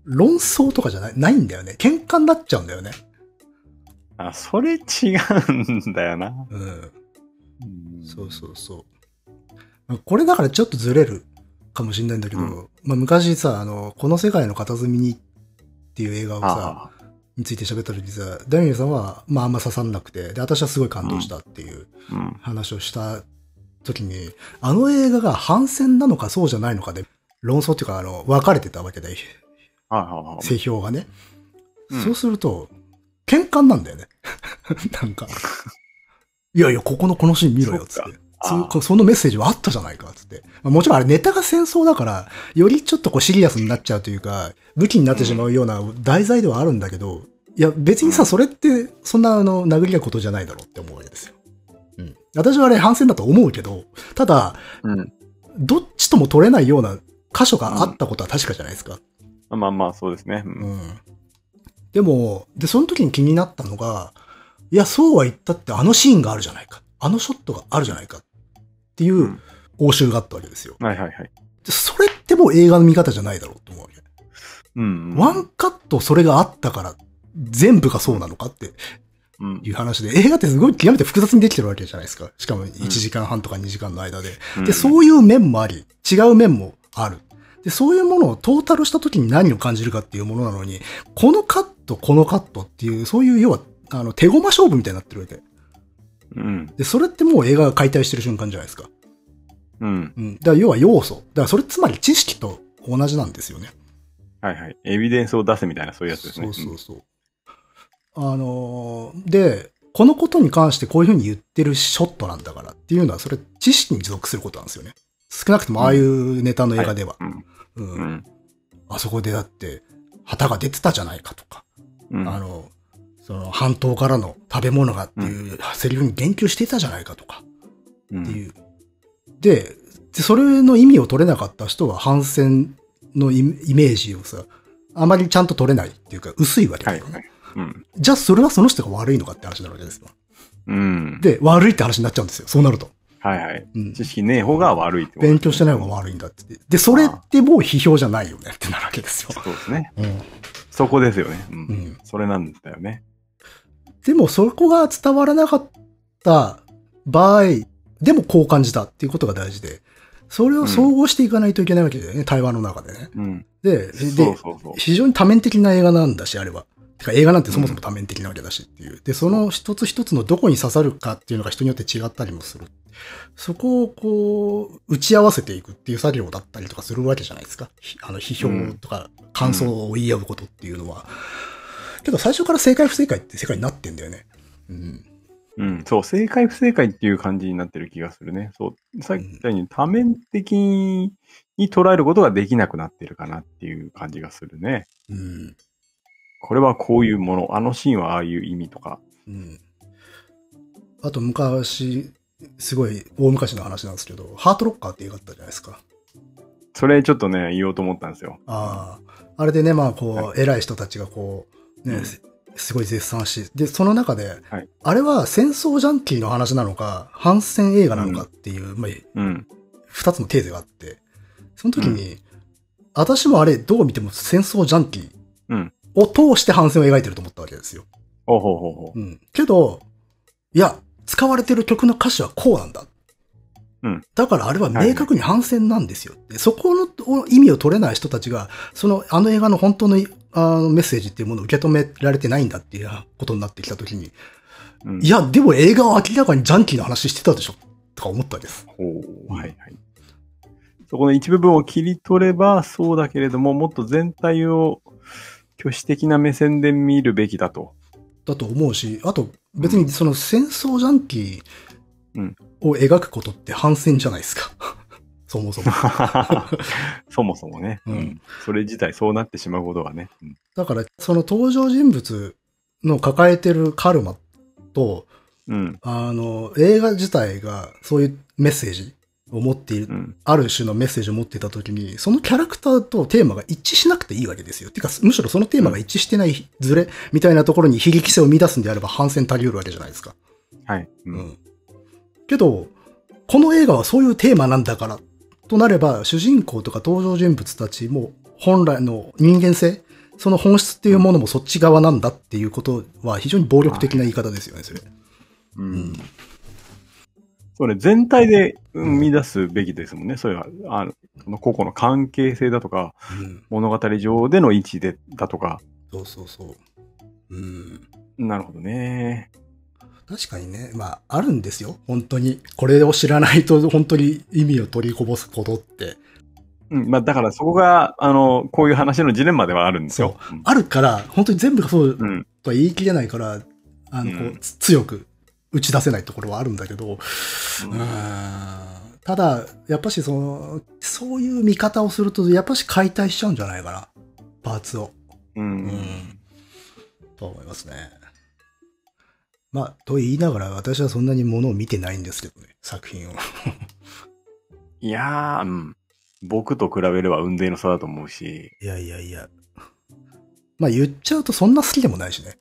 Speaker 2: 論争とかじゃないないんだよね。喧嘩になっちゃうんだよね。
Speaker 1: あ、それ違うんだよな。
Speaker 2: うん。
Speaker 1: うん
Speaker 2: そうそうそう。これだからちょっとずれるかもしれないんだけど、
Speaker 1: うん
Speaker 2: まあ昔さ、あの、この世界の片隅にっていう映画をさ、
Speaker 1: ああ、
Speaker 2: について喋った時にさ、ダニエルさんは、まああんま刺さんなくて、で、私はすごい感動したっていう
Speaker 1: うん。
Speaker 2: 話をした時に、あの映画が反戦なのかそうじゃないのかで、論争っていうか、あの、分かれてたわけで、
Speaker 1: はいはいはい。
Speaker 2: 製票がね。
Speaker 1: うん
Speaker 2: そうすると、喧嘩になんだよね。 なんか。いやいや、ここのこのシーン見ろよ、つ
Speaker 1: そ
Speaker 2: っ
Speaker 1: っか
Speaker 2: て。
Speaker 1: あ
Speaker 2: そ
Speaker 1: ー
Speaker 2: こそのメッセージはあったじゃないか、つって。まあもちろんあれネタが戦争だから、よりちょっとこうシリアスになっちゃうというか、武器になってしまうような題材ではあるんだけど、いや別に
Speaker 1: う
Speaker 2: さ、
Speaker 1: ん
Speaker 2: それってそんなあの、殴り合うことじゃないだろうって思うわけですよ。うん。私はあれ反戦だと思うけど、ただ、
Speaker 1: うん。
Speaker 2: どっちとも取れないような箇所があったことは確かじゃないですか。
Speaker 1: まあまあ、そうですね。うん
Speaker 2: うん。でも、で、その時に気になったのが、いや、そうは言ったってあのシーンがあるじゃないか。あのショットがあるじゃないか。っていううん応酬があったわけですよ。
Speaker 1: はいはいはい。
Speaker 2: でそれってもう映画の見方じゃないだろうと思うわけ。
Speaker 1: うん。
Speaker 2: ワンカットそれがあったから、全部がそうなのかって
Speaker 1: うん
Speaker 2: いう話で、映画ってすごい極めて複雑にできてるわけじゃないですか。しかも1時間半とか2時間の間で。で、そういう面もあり、違う面もある。で、そういうものをトータルした時に何を感じるかっていうものなのに、このカット、このカットっていう、そういう要は、あの、手駒勝負みたいになってるわけ。
Speaker 1: うん。
Speaker 2: で、それってもう映画が解体してる瞬間じゃないですか。
Speaker 1: うん。
Speaker 2: うん。だから要は要素。だからそれつまり知識と同じなんですよね。
Speaker 1: はいはい。エビデンスを出せみたいな、そういうやつですね。
Speaker 2: そうそうそう。あのーで、このことに関してこういうふうに言ってるショットなんだからっていうのは、それ知識に属することなんですよね。少なくともああいうネタの映画では。
Speaker 1: うん
Speaker 2: うん
Speaker 1: うん。うん。
Speaker 2: あそこでだって、旗が出てたじゃないかとか、
Speaker 1: うん
Speaker 2: あの、その、半島からの食べ物がっていうセリフに言及してたじゃないかとか
Speaker 1: うん
Speaker 2: っていう。で、でそれの意味を取れなかった人は反戦のイイメージをさ、あまりちゃんと取れないっていうか、薄いわけだ
Speaker 1: は
Speaker 2: よ
Speaker 1: い
Speaker 2: ね。
Speaker 1: はい。うん。
Speaker 2: じゃあ、それはその人が悪いのかって話になるわけですよ。
Speaker 1: うん。
Speaker 2: で、悪いって話になっちゃうんですよ。そうなると。
Speaker 1: はいはい。
Speaker 2: うん。
Speaker 1: 知識ねえ方が悪いってこと
Speaker 2: 勉強してない方が悪いんだって言って。で、それってもう批評じゃないよねってなるわけですよ。
Speaker 1: そうですね。
Speaker 2: うん。
Speaker 1: そこですよね。うん。
Speaker 2: うん
Speaker 1: それなんだよね。
Speaker 2: でも、そこが伝わらなかった場合、でもこう感じたっていうことが大事で、それを総合していかないといけないわけだよね、対話の中でね。
Speaker 1: うん。
Speaker 2: で、
Speaker 1: そ
Speaker 2: で
Speaker 1: う、そうそう。
Speaker 2: 非常に多面的な映画なんだし、あれは。てか映画なんてそもそも多面的なわけだしっていう。で、その一つ一つのどこに刺さるかっていうのが人によって違ったりもする。そこをこう、打ち合わせていくっていう作業だったりとかするわけじゃないですか。ひあの、批評とか感想を言い合うことっていうのは。けど最初から正解不正解って世界になってんだよね。うん。
Speaker 1: うん、そう、正解不正解っていう感じになってる気がするね。そう、さっき言ったように多面的に捉えることができなくなってるかなっていう感じがするね。
Speaker 2: うん。
Speaker 1: これはこういうもの、あのシーンはああいう意味とか。
Speaker 2: うん。あと昔、すごい大昔の話なんですけど、ハートロッカーって映画あったじゃないですか。
Speaker 1: それちょっとね、言おうと思ったんですよ。
Speaker 2: ああ、あれでね、まあ、こう、偉い人たちがこう、
Speaker 1: う
Speaker 2: ね、
Speaker 1: ん
Speaker 2: すすごい絶賛し、で、その中で、
Speaker 1: はい
Speaker 2: あれは戦争ジャンキーの話なのか、反戦映画なのかっていう、まあ、
Speaker 1: うん。
Speaker 2: 二つのテーゼがあって、その時に、私もあれ、どう見ても戦争ジャンキー
Speaker 1: うん。
Speaker 2: を通して反戦を描いてると思ったわけですよ。
Speaker 1: おほうほうほ
Speaker 2: うん。けど、いや、使われてる曲の歌詞はこうなんだ。
Speaker 1: うん。
Speaker 2: だからあれは明確に反戦なんですよ。でそこの意味を取れない人たちが、その、あの映画の本当のあのメッセージっていうものを受け止められてないんだっていうことになってきたときに、
Speaker 1: う。うん
Speaker 2: い、や、でも映画は明らかにジャンキーの話してたでしょとか思ったわけです。
Speaker 1: ほう。はいはい。そこの一部分を切り取ればそうだけれども、もっと全体を挙手的な目線で見るべきだと。
Speaker 2: だと思うし、あと別にその戦争ジャンキ
Speaker 1: うん
Speaker 2: ーを描くことって反戦じゃないですか。 そもそも。
Speaker 1: そもそもね、
Speaker 2: うん
Speaker 1: それ自体そうなってしまうことがね。うん
Speaker 2: だから、その登場人物の抱えてるカルマと、
Speaker 1: うん。
Speaker 2: あの、映画自体がそういうメッセージを持っている、
Speaker 1: うん。
Speaker 2: ある種のメッセージを持っていたときに、そのキャラクターとテーマが一致しなくていいわけですよ。てか、むしろそのテーマが一致してないズレみたいなところに悲劇性を生み出すんであれば反戦足りうるわけじゃないですか。
Speaker 1: はい。う。
Speaker 2: うんん。けど、この映画はそういうテーマなんだから、となれば、主人公とか登場人物たちも、本来の人間性、その本質っていうものもそっち側なんだっていうことは、非常に暴力的な言い方ですよね、それ。
Speaker 1: うん。そうね、全体で生み出すべきですもんね。そういう、あの、この個々の関係性だとか、
Speaker 2: うん。
Speaker 1: 物語上での位置で、だとか。
Speaker 2: そうそうそう。うん。
Speaker 1: なるほどね。
Speaker 2: 確かにね、まあ、あるんですよ、本当に。これを知らないと、本当に意味を取りこぼすことって。
Speaker 1: うん。まあ、だからそこが、あの、こういう話のジレンマではあるんですよ。
Speaker 2: あるから、本当に全部がそう
Speaker 1: うん。
Speaker 2: とは言い切れないから、あの、こ
Speaker 1: う
Speaker 2: うんつ強く打ち出せないところはあるんだけど、
Speaker 1: うん
Speaker 2: うーんただ、やっぱしその、そういう見方をすると、やっぱし解体しちゃうんじゃないかな。パーツを。
Speaker 1: うん。
Speaker 2: うんと思いますね。まあ、と言いながら、私はそんなにものを見てないんですけどね、作品を。
Speaker 1: いやー、うん。僕と比べれば運命の差だと思うし。
Speaker 2: いやいやいや。まあ、言っちゃうとそんな好きでもないしね。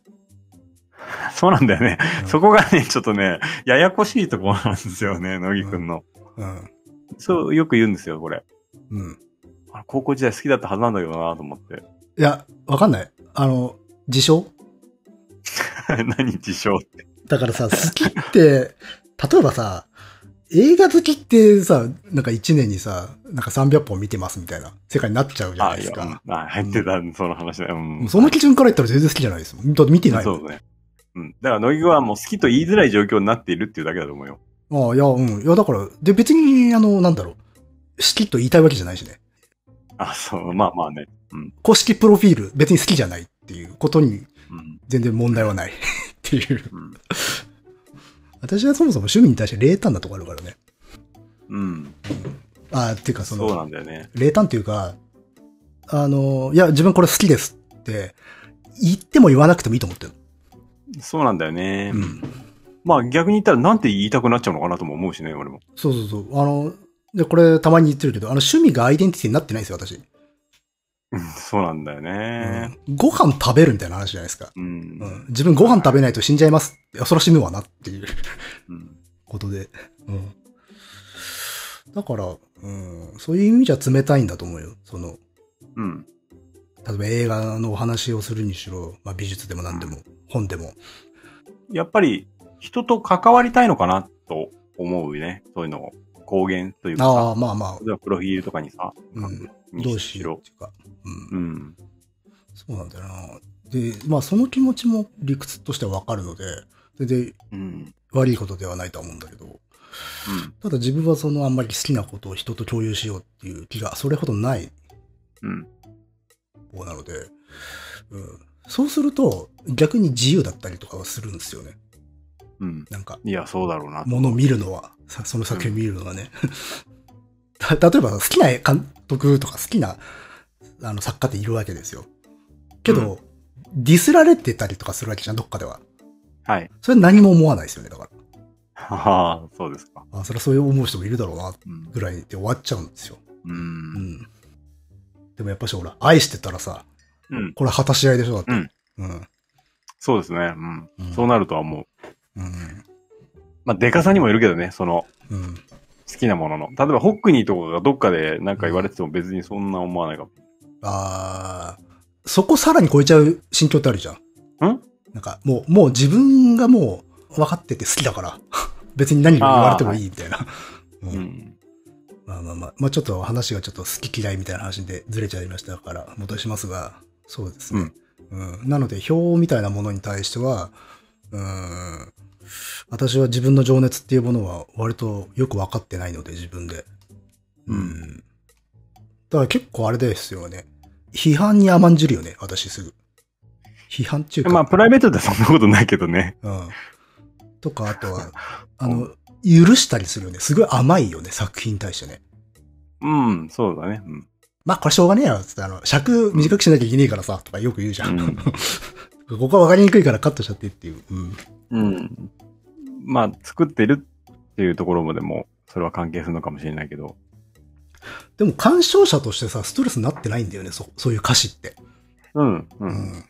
Speaker 1: そうなんだよね。
Speaker 2: うん
Speaker 1: そこがね、ちょっとね、ややこしいところなんですよね、乃木くんの。
Speaker 2: うん。
Speaker 1: そう、よく言うんですよ、これ。
Speaker 2: うん。
Speaker 1: あ高校時代好きだったはずなんだけどなと思って。
Speaker 2: いや、わかんない。あの、自称
Speaker 1: 何自称って。
Speaker 2: だからさ、好きって、 例えばさ、映画好きってさ、なんか1年にさ、なんか300本見てますみたいな世界になっちゃうじゃな
Speaker 1: あ、
Speaker 2: い
Speaker 1: い
Speaker 2: です
Speaker 1: や、
Speaker 2: か。
Speaker 1: うんあ入ってた、その話だよ。うん。
Speaker 2: その基準から言ったら全然好きじゃないですもん。だって見てない
Speaker 1: そ
Speaker 2: も。
Speaker 1: うんだね。うん。だから、乃木はもう好きと言いづらい状況になっているっていうだけだと思うよ。
Speaker 2: ああ、いや、うん。いや、だから、で、別に、あの、なんだろう。好きと言いたいわけじゃないしね。
Speaker 1: あ、そう、まあまあね。
Speaker 2: 公式プロフィール、別に好きじゃないっていうことに
Speaker 1: うん。
Speaker 2: 全然問題はないっていう。
Speaker 1: うん。
Speaker 2: 私はそもそも趣味に対して冷淡なとこあるからね。
Speaker 1: うん。
Speaker 2: ああ、っていうかそ
Speaker 1: そう
Speaker 2: の、
Speaker 1: なんだよね。
Speaker 2: 冷淡っていうか、あの、いや、自分これ好きですって、言っても言わなくてもいいと思ってる。
Speaker 1: そうなんだよね。
Speaker 2: うん。
Speaker 1: まあ、逆に言ったら、なんて言いたくなっちゃうのかなとも思うしね、俺も。
Speaker 2: そうそうそう。あの、で、これたまに言ってるけど、あの、趣味がアイデンティティになってないんですよ、私。
Speaker 1: うんそうなんだよね。
Speaker 2: ご飯食べるみたいな話じゃないですか。
Speaker 1: うん。
Speaker 2: うん、自分ご飯食べないと死んじゃいます。恐ろしむわなっていう
Speaker 1: うん
Speaker 2: ことで。うん、だから、うん、そういう意味じゃ冷たいんだと思うよ。その、
Speaker 1: うん。
Speaker 2: 例えば映画のお話をするにしろ、まあ、美術でも何でも、本でも。
Speaker 1: やっぱり人と関わりたいのかなと思うね。そういうのを公言というか
Speaker 2: ああ、
Speaker 1: さ、
Speaker 2: まあま
Speaker 1: プロフィールとかにさ、
Speaker 2: うん
Speaker 1: 書く
Speaker 2: あ、
Speaker 1: に
Speaker 2: どうしよ
Speaker 1: ろ
Speaker 2: うっていうか。うん
Speaker 1: うん。
Speaker 2: そうなんだよな。で、まあその気持ちも理屈としてはわかるので、全然
Speaker 1: うん。
Speaker 2: 悪いことではないとは思うんだけど、ただ自分はそのあんまり好きなことを人と共有しようっていう気がそれほどない
Speaker 1: うん。うん。
Speaker 2: 方なので、うん、そうすると逆に自由だったりとかはするんですよね。
Speaker 1: うん。
Speaker 2: なんか、
Speaker 1: いや、そうだろうな。
Speaker 2: 物を見るのは、さその作品見るのはね。 た例えば好きな監督とか好きなあの作家っているわけですよ。けど、ディスられてたりとかするわけじゃん、どっかでは。
Speaker 1: はい。
Speaker 2: それは何も思わないですよね、だから。
Speaker 1: はは、そうですか。
Speaker 2: あ、そりゃそういう思う人もいるだろうな、
Speaker 1: うん。
Speaker 2: ぐらいで終わっちゃうんですよ。
Speaker 1: う。
Speaker 2: うんん。でもやっぱしほら、愛してたらさ、
Speaker 1: うん。
Speaker 2: これ果たし合いでしょ、だって。
Speaker 1: うん。
Speaker 2: うん。
Speaker 1: そうですね。うん。
Speaker 2: うん
Speaker 1: そうなるとは思う。
Speaker 2: うん。
Speaker 1: まあ、でかさにもよるけどね、その、
Speaker 2: うん。
Speaker 1: 好きなものの。例えば、ホックニーとかがどっかでなんか言われてても別にそんな思わないかも。
Speaker 2: あーそこさらに超えちゃう心境ってあるじゃん。
Speaker 1: ん
Speaker 2: なんか、もう、もう自分がもう分かってて好きだから、 別に何言われてもいいみたいな。うん
Speaker 1: うん。
Speaker 2: まあまあまあ、まあちょっと話がちょっと好き嫌いみたいな話でずれちゃいましたから、戻しますが、そうですね。うんなので、表みたいなものに対しては、うん、私は自分の情熱っていうものは割とよく分かってないので、自分で。うん。だから結構あれですよね。批判に甘んじるよね、私すぐ。批判っていうか。
Speaker 1: まあ、プライベートではそんなことないけどね。
Speaker 2: うん。とか、あとは、あの、許したりするよね。すごい甘いよね、作品に対してね。
Speaker 1: うん、そうだね。うん。
Speaker 2: まあこれしょうがねえよ、つって、あの、尺短くしなきゃいけねえからさ、とかよく言うじゃん。
Speaker 1: うん
Speaker 2: ここは分かりにくいからカットしちゃってっていう。うん。
Speaker 1: うん。まあ、作ってるっていうところまでも、それは関係するのかもしれないけど。
Speaker 2: でも、鑑賞者としてさ、ストレスになってないんだよね、そ、そういう歌詞って。
Speaker 1: うん、う。
Speaker 2: うんん。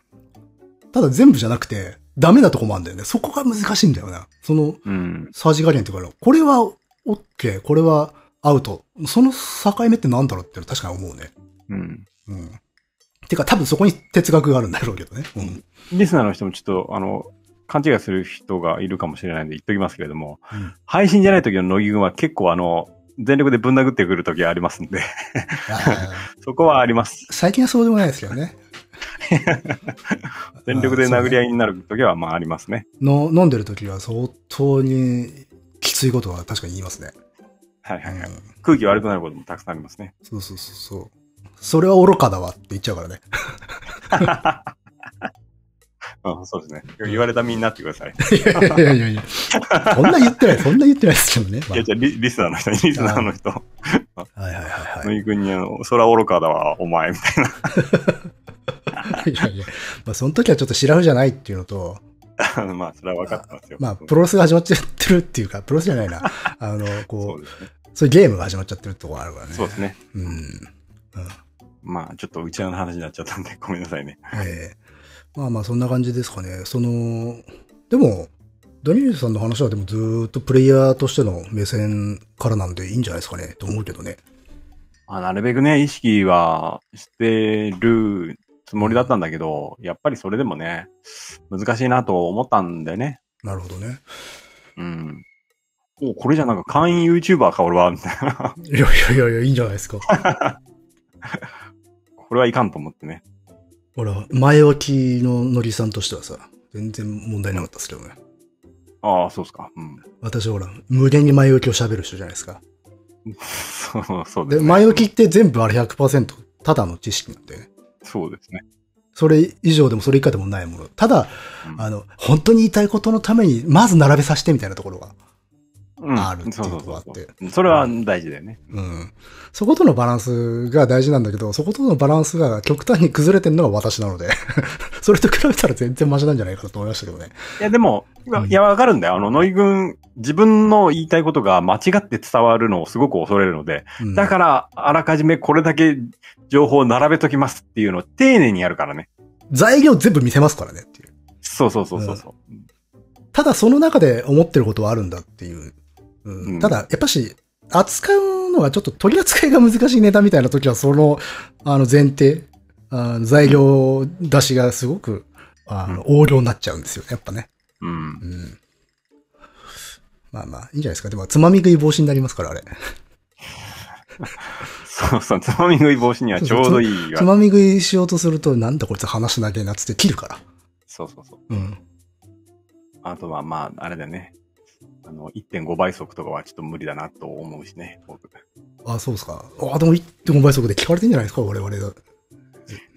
Speaker 2: ただ全部じゃなくて、ダメなとこもあるんだよね。そこが難しいんだよな。その、
Speaker 1: うん。
Speaker 2: サージガリアンっていうから、これは OK、これはアウト。その境目ってなんだろうっていうのは確かに思うね。
Speaker 1: うん。
Speaker 2: うん。てか、多分そこに哲学があるんだろうけどね。うん。
Speaker 1: リスナーの人もちょっと、あの、勘違いする人がいるかもしれないんで言っときますけれども、
Speaker 2: うん
Speaker 1: 配信じゃない時の乃木軍は結構あの、全力でぶん殴ってくる時ありますんで、
Speaker 2: あー
Speaker 1: そこはあります。
Speaker 2: 最近はそうでもないですけどね。
Speaker 1: 全力で殴り合いになる時は、まあありますね。
Speaker 2: の飲んでる時は相当にきついことは確かに言いますね。
Speaker 1: はいはいはい。
Speaker 2: うん
Speaker 1: 空気悪くなることもたくさんありますね。
Speaker 2: そうそうそうそう。それは愚かだわって言っちゃうからね。
Speaker 1: うん、そうですね。言われた身になってください。
Speaker 2: いやいやいやいや。そんな言ってない、そんな言ってないですけどね。ま
Speaker 1: いや、じゃあリリスナーの人に、リスナーの人、
Speaker 2: あはいはいはいは
Speaker 1: 乃木軍にあの、そら愚かだわ、お前、みたい
Speaker 2: い。いやいや。まあその時はちょっと白フじゃないっていうのと、
Speaker 1: な。まあ、それは分かってますよ。
Speaker 2: まあプロレスが始まっちゃってるっていうか、プロレスじゃないな。あの、
Speaker 1: そ
Speaker 2: こ
Speaker 1: うですね。
Speaker 2: う、そういうゲームが始まっちゃってるところあるからね。
Speaker 1: そうですね。
Speaker 2: うん。うん。
Speaker 1: まあ、ちょっと内輪の話になっちゃったんで、ごめんなさいね。
Speaker 2: ええまあまあそんな感じですかね。その、でも、ダニエルさんの話はでもずーっとプレイヤーとしての目線からなんでいいんじゃないですかね、と思うけどね。
Speaker 1: まあ、なるべくね、意識はしてるつもりだったんだけど、やっぱりそれでもね、難しいなと思ったんだよね。
Speaker 2: なるほどね。
Speaker 1: うん。お、これじゃなんか会員 YouTuber か、俺は、みたいな。
Speaker 2: いやいやいやいや、いいんじゃないですか。
Speaker 1: これはいかんと思ってね。
Speaker 2: ほら、前置きのノリさんとしてはさ、全然問題なかったですけどね。
Speaker 1: ああ、そうっすか。うん。
Speaker 2: 私はほら、無限に前置きを喋る人じゃないですか。
Speaker 1: そう、そうで
Speaker 2: で、
Speaker 1: すね。
Speaker 2: 前置きって全部あれ100%ただの知識なんでね。
Speaker 1: そうですね。
Speaker 2: それ以上でもそれ以下でもないもの。ただ、
Speaker 1: うん
Speaker 2: あの、本当に言いたいことのために、まず並べさせてみたいなところが
Speaker 1: うん
Speaker 2: あるっていう
Speaker 1: そうそう
Speaker 2: とこがあっ
Speaker 1: そう
Speaker 2: て
Speaker 1: そうそれは大事だよね。
Speaker 2: うん。そことのバランスが大事なんだけど、そことのバランスが極端に崩れてるのが私なので、 それと比べたら全然マシなんじゃないかなと思いましたけどね。
Speaker 1: いや、でも、いや
Speaker 2: うん
Speaker 1: いや、わかるんだよ。あの、ノイ君、自分の言いたいことが間違って伝わるのをすごく恐れるので、
Speaker 2: うん、
Speaker 1: だから、あらかじめこれだけ情報を並べときますっていうのを丁寧にやるからね。
Speaker 2: 材料全部見せますからねっていう。
Speaker 1: そうそうそうそうそう。
Speaker 2: ただその中で思ってることはあるんだっていう。うん
Speaker 1: うん
Speaker 2: ただ、やっぱし、扱うのがちょっと取り扱いが難しいネタみたいな時は、その、あの前提、あの材料出しがすごく、あの、横領になっちゃうんですよね、やっぱね。
Speaker 1: うん。
Speaker 2: うん。まあまあ、いいんじゃないですか。でも、つまみ食い防止になりますから、あれ。
Speaker 1: そうそう、つまみ食い防止にはちょうどいいわ
Speaker 2: つ。まみ食いしようとすると、なんだこいつ話しなきゃなっつって切るから。
Speaker 1: そうそうそう。
Speaker 2: うん。
Speaker 1: あとは、まあ、あれだよね。あの、1.5倍速とかはちょっと無理だなと思うしね、僕。
Speaker 2: あそうですか。あでも1.5倍速で聞かれてんじゃないですか、我々だ。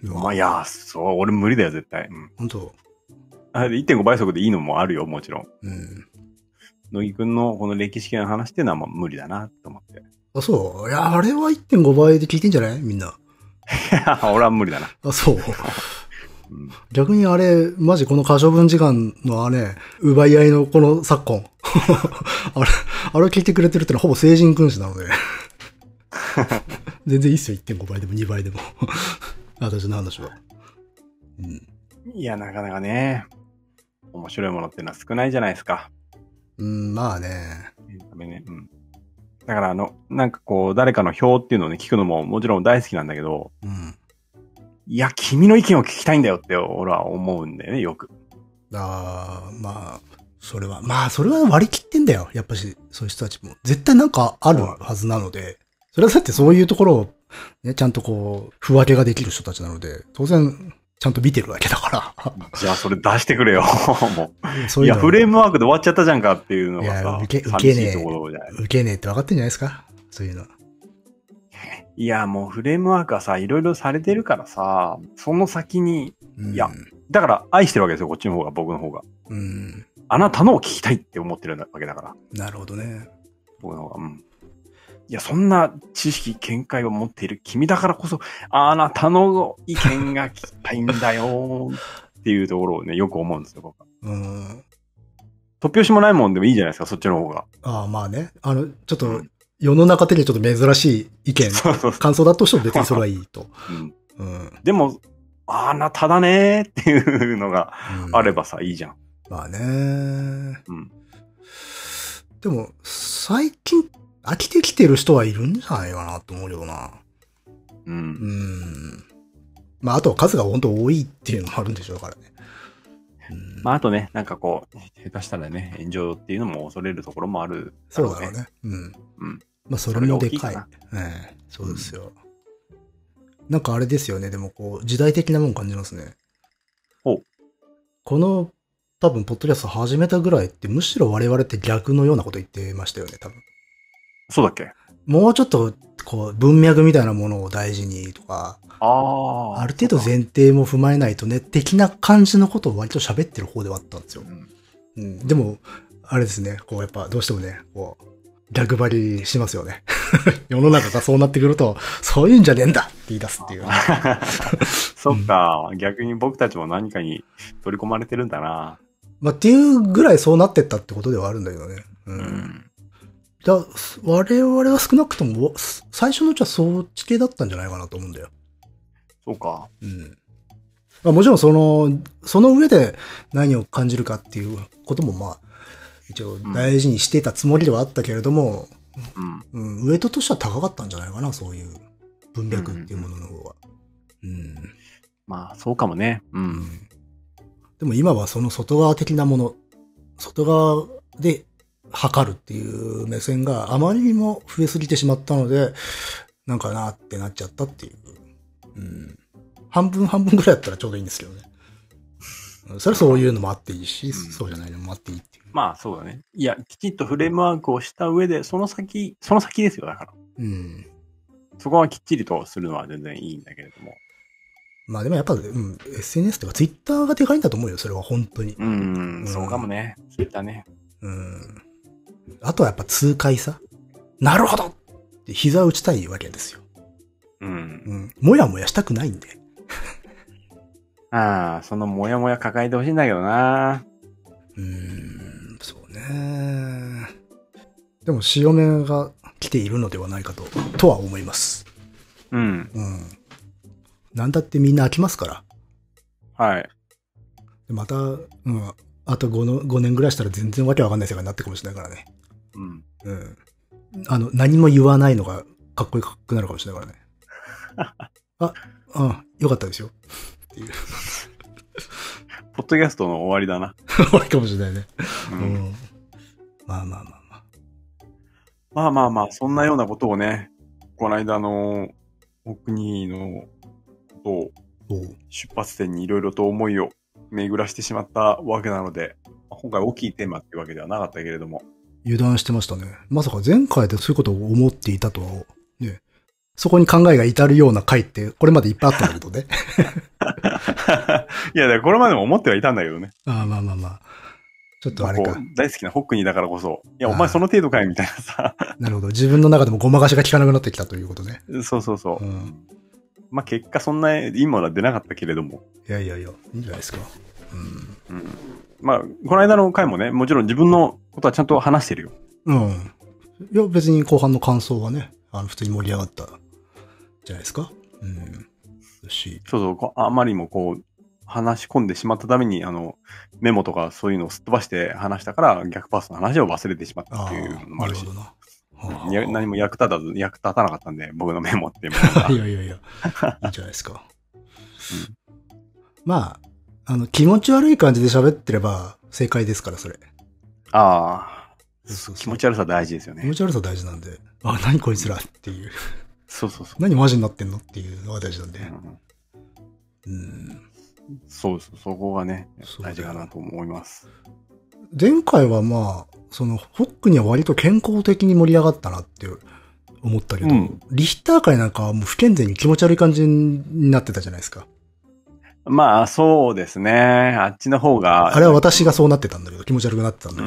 Speaker 1: まあ、いやー、そう、俺無理だよ、絶対。うん。
Speaker 2: 本当
Speaker 1: あで1.5倍速でいいのもあるよ、もちろん。
Speaker 2: うん。
Speaker 1: 乃木くんのこの歴史系の話っていうのはまあ無理だなと思って。
Speaker 2: あ、そう。いや、あれは1.5倍で聞いてんじゃないみんな。
Speaker 1: 俺は無理だな。
Speaker 2: あ、そう。
Speaker 1: うん
Speaker 2: 逆にあれ、マジこの過小分時間のあれ、奪い合いのこの昨今。 あれ、あれを聞いてくれてるってのはほぼ成人君子なので。 全然いいっすよ、1.5倍でも2倍でも。 私の話は。うん。
Speaker 1: いや、なかなかね、面白いものっていうのは少ないじゃないですか。
Speaker 2: うん、まあね。
Speaker 1: エンタメね。うん。だからあの、なんかこう、誰かの表っていうのをね、聞くのももちろん大好きなんだけど、
Speaker 2: うん。
Speaker 1: いや、君の意見を聞きたいんだよって俺は思うんだよね、よく。
Speaker 2: あーまあ、それは、まあ、それは割り切ってんだよ。やっぱし、そういう人たちも。絶対なんかあるはずなので。それはだってそういうところを、ね、ちゃんとこう、不分けができる人たちなので、当然、ちゃんと見てるわけだから。
Speaker 1: じゃあそれ出してくれよ、 も。
Speaker 2: そうう
Speaker 1: い
Speaker 2: いう
Speaker 1: や、
Speaker 2: の
Speaker 1: フレームワークで終わっちゃったじゃんかっていうのが
Speaker 2: いや
Speaker 1: さ、
Speaker 2: 受け
Speaker 1: 寂
Speaker 2: 受
Speaker 1: し
Speaker 2: け
Speaker 1: い
Speaker 2: ねえ
Speaker 1: ところじゃない
Speaker 2: 受けねえって分かってんじゃないですかそういうのは。
Speaker 1: いや、もうフレームワークはさ、いろいろされてるからさ、その先に、
Speaker 2: うん
Speaker 1: いや。だから愛してるわけですよ、こっちの方が、僕の方が。
Speaker 2: うん。
Speaker 1: あなたのを聞きたいって思ってるわけだから、
Speaker 2: なるほどね。
Speaker 1: 僕の方が。うん。いや、そんな知識、見解を持っている君だからこそ、あなたの意見が聞きたいんだよっていうところをね、よく思うんですよ、僕は。
Speaker 2: うん。
Speaker 1: 突拍子もないもんでもいいじゃないですか、そっちの方が。
Speaker 2: ああ、まあね。あの、ちょ
Speaker 1: う
Speaker 2: っと
Speaker 1: ん、
Speaker 2: 世の中的にちょっと珍しい意見、
Speaker 1: そうそうそ
Speaker 2: 感想だとしても別にそれはいいと。
Speaker 1: う。うん、
Speaker 2: うん。
Speaker 1: でも、あなただねーっていうのがあれ
Speaker 2: ば。
Speaker 1: ばさ、いいじゃん。
Speaker 2: まあね。
Speaker 1: うん。
Speaker 2: でも、最近、飽きてきてる人はいるんじゃないかなと思うよな。
Speaker 1: う。
Speaker 2: うんん。まあ、あとは数が本当多いっていうのもあるんでしょうからね。うん、
Speaker 1: まあ、あとね、なんかこう、下手したらね、炎上っていうのも恐れるところもある、
Speaker 2: そうだろう。ね。うん。
Speaker 1: うん
Speaker 2: まあ、それもで
Speaker 1: そ
Speaker 2: か
Speaker 1: れ
Speaker 2: い。
Speaker 1: が
Speaker 2: ええそうですよ。なんかあれですよね。でも、こう、時代的なもん感じますね。
Speaker 1: ほう
Speaker 2: この、多分、ポッドキャスト始めたぐらいって、むしろ我々って逆のようなこと言ってましたよね、多分。
Speaker 1: そうだっけ
Speaker 2: もうちょっと、こう、文脈みたいなものを大事にとか、
Speaker 1: ああ。
Speaker 2: ある程度前提も踏まえないとね、的な感じのことを割と喋ってる方ではあったんですよ。うん、でも、あれですね、こうやっぱどうしてもね、こう、逆張りしますよね。 世の中がそうなってくると、そういうんじゃねえんだって言い出すっていう。
Speaker 1: そっか、逆に僕たちも何かに取り込まれてるんだな。
Speaker 2: まあっていうぐらいそうなってったってことではあるんだけどね。う。。
Speaker 1: うん
Speaker 2: だ我々は少なくとも、最初のうちはそっち系だったんじゃないかなと思うんだよ。
Speaker 1: そうか。
Speaker 2: うんまあ、もちろんその、その上で何を感じるかっていうこともまあ、一応大事にしていたつもりではあったけれども、
Speaker 1: うん。
Speaker 2: うん、ウエイトとしては高かったんじゃないかな、そういう文脈っていうものの方が。うん。
Speaker 1: まあ、そうかもね。う。
Speaker 2: うんんでも今はその外側的なもの、外側で測るっていう目線があまりにも増えすぎてしまったので、なんかなってなっちゃったっていう。うん。半分半分ぐらいだったらちょうどいいんですけどね。うんそれはそういうのもあっていいし、
Speaker 1: ん
Speaker 2: そうじゃないのもあっていいっていう。
Speaker 1: まあ、そうだね。いや、きちっとフレームワークをした上で、その先、その先ですよ、だから。
Speaker 2: うん。
Speaker 1: そこはきっちりとするのは全然いいんだけれども。
Speaker 2: まあでもやっぱ、うん、SNS とか Twitter がでかいんだと思うよ、それは本当に。
Speaker 1: うん、
Speaker 2: うん
Speaker 1: そうかもね。そういったね。
Speaker 2: うん。あとはやっぱ痛快さ。なるほどって膝を打ちたいわけですよ。
Speaker 1: うん。
Speaker 2: うん。もやもやしたくないんで。
Speaker 1: ああ、そのモヤモヤ抱えてほしいんだけどな。
Speaker 2: うーん、そうね。でも、潮目が来ているのではないかと、とは思います。
Speaker 1: うん。
Speaker 2: うん。なんだってみんな飽きますから。
Speaker 1: はい。
Speaker 2: でまた、うん、あと 5, の5年ぐらいしたら全然わけわかんない世界になってるかもしれないからね。
Speaker 1: うん。
Speaker 2: うん。あの、何も言わないのがかっこよくなるかもしれないからね。 あ、うん、よかったですよ。 っていう。
Speaker 1: ポッドキャストの終わりだな。
Speaker 2: 悪いかもしれないね。
Speaker 1: う。
Speaker 2: うんん。まあまあまあまあ。
Speaker 1: まあまあまあ、そんなようなことをね、この間の、お国のことを
Speaker 2: おう
Speaker 1: 出発点にいろいろと思いを巡らしてしまったわけなので、今回大きいテーマっていうわけではなかったけれども、
Speaker 2: 油断してましたね。まさか前回でそういうことを思っていたとは、ね。そこに考えが至るような回って、これまでいっぱいあったんだけ どね。
Speaker 1: いや、だからこれまでも思ってはいたんだけどね。
Speaker 2: ああまあまあまあ。ちょっとあれ
Speaker 1: こ
Speaker 2: か。
Speaker 1: う大好きなホックニーだからこそ、いや、
Speaker 2: あー
Speaker 1: お前その程度かいみたいなさ。
Speaker 2: なるほど。自分の中でもごまかしが効かなくなってきたということね。
Speaker 1: そうそうそうう。
Speaker 2: ん。
Speaker 1: まあ結果そんな、いいものは出なかったけれども。
Speaker 2: いやいやいや、いいんじゃないですか。うん。
Speaker 1: うん、まあ、この間の回もね、もちろん自分のことはちゃんと話してるよ。
Speaker 2: うん。いや、別に後半の感想はね、あの、普通に盛り上がった、じゃないですか。うん。だし、
Speaker 1: そうそうこう、あまりにもこう、話し込んでしまったために、あの、メモとかそういうのをすっ飛ばして話したから、逆パーソの話を忘れてしまった
Speaker 2: あ
Speaker 1: っていう
Speaker 2: あ
Speaker 1: の、もあ
Speaker 2: なる
Speaker 1: るし
Speaker 2: ほ。どな。
Speaker 1: いや何も役立たず、役立たなかったんで、僕のメモっていうものが
Speaker 2: いやいやいや、いいんじゃないですか。まあ、あの、気持ち悪い感じで喋ってれば正解ですから、それ。
Speaker 1: あ
Speaker 2: そうそうそう
Speaker 1: あ、気持ち悪さ大事ですよ
Speaker 2: 気
Speaker 1: ね
Speaker 2: 持。ち悪さ大事なんで、あ、何こいつらっていう、
Speaker 1: そうそうそう。
Speaker 2: 何マジになってんのっていうのが大事なんで。
Speaker 1: うん
Speaker 2: うん。
Speaker 1: そうそう、そこがね
Speaker 2: そ、う
Speaker 1: 大
Speaker 2: だよ
Speaker 1: 事かなと思います。
Speaker 2: 前回はまあ、その、ホックには割と健康的に盛り上がったなって思ったけど、
Speaker 1: うん
Speaker 2: リヒター界なんかはもう不健全に気持ち悪い感じになってたじゃないですか。
Speaker 1: まあ、そうですね。あっちの方が。
Speaker 2: あれは私がそうなってたんだけど、気持ち悪くなってたんだ
Speaker 1: う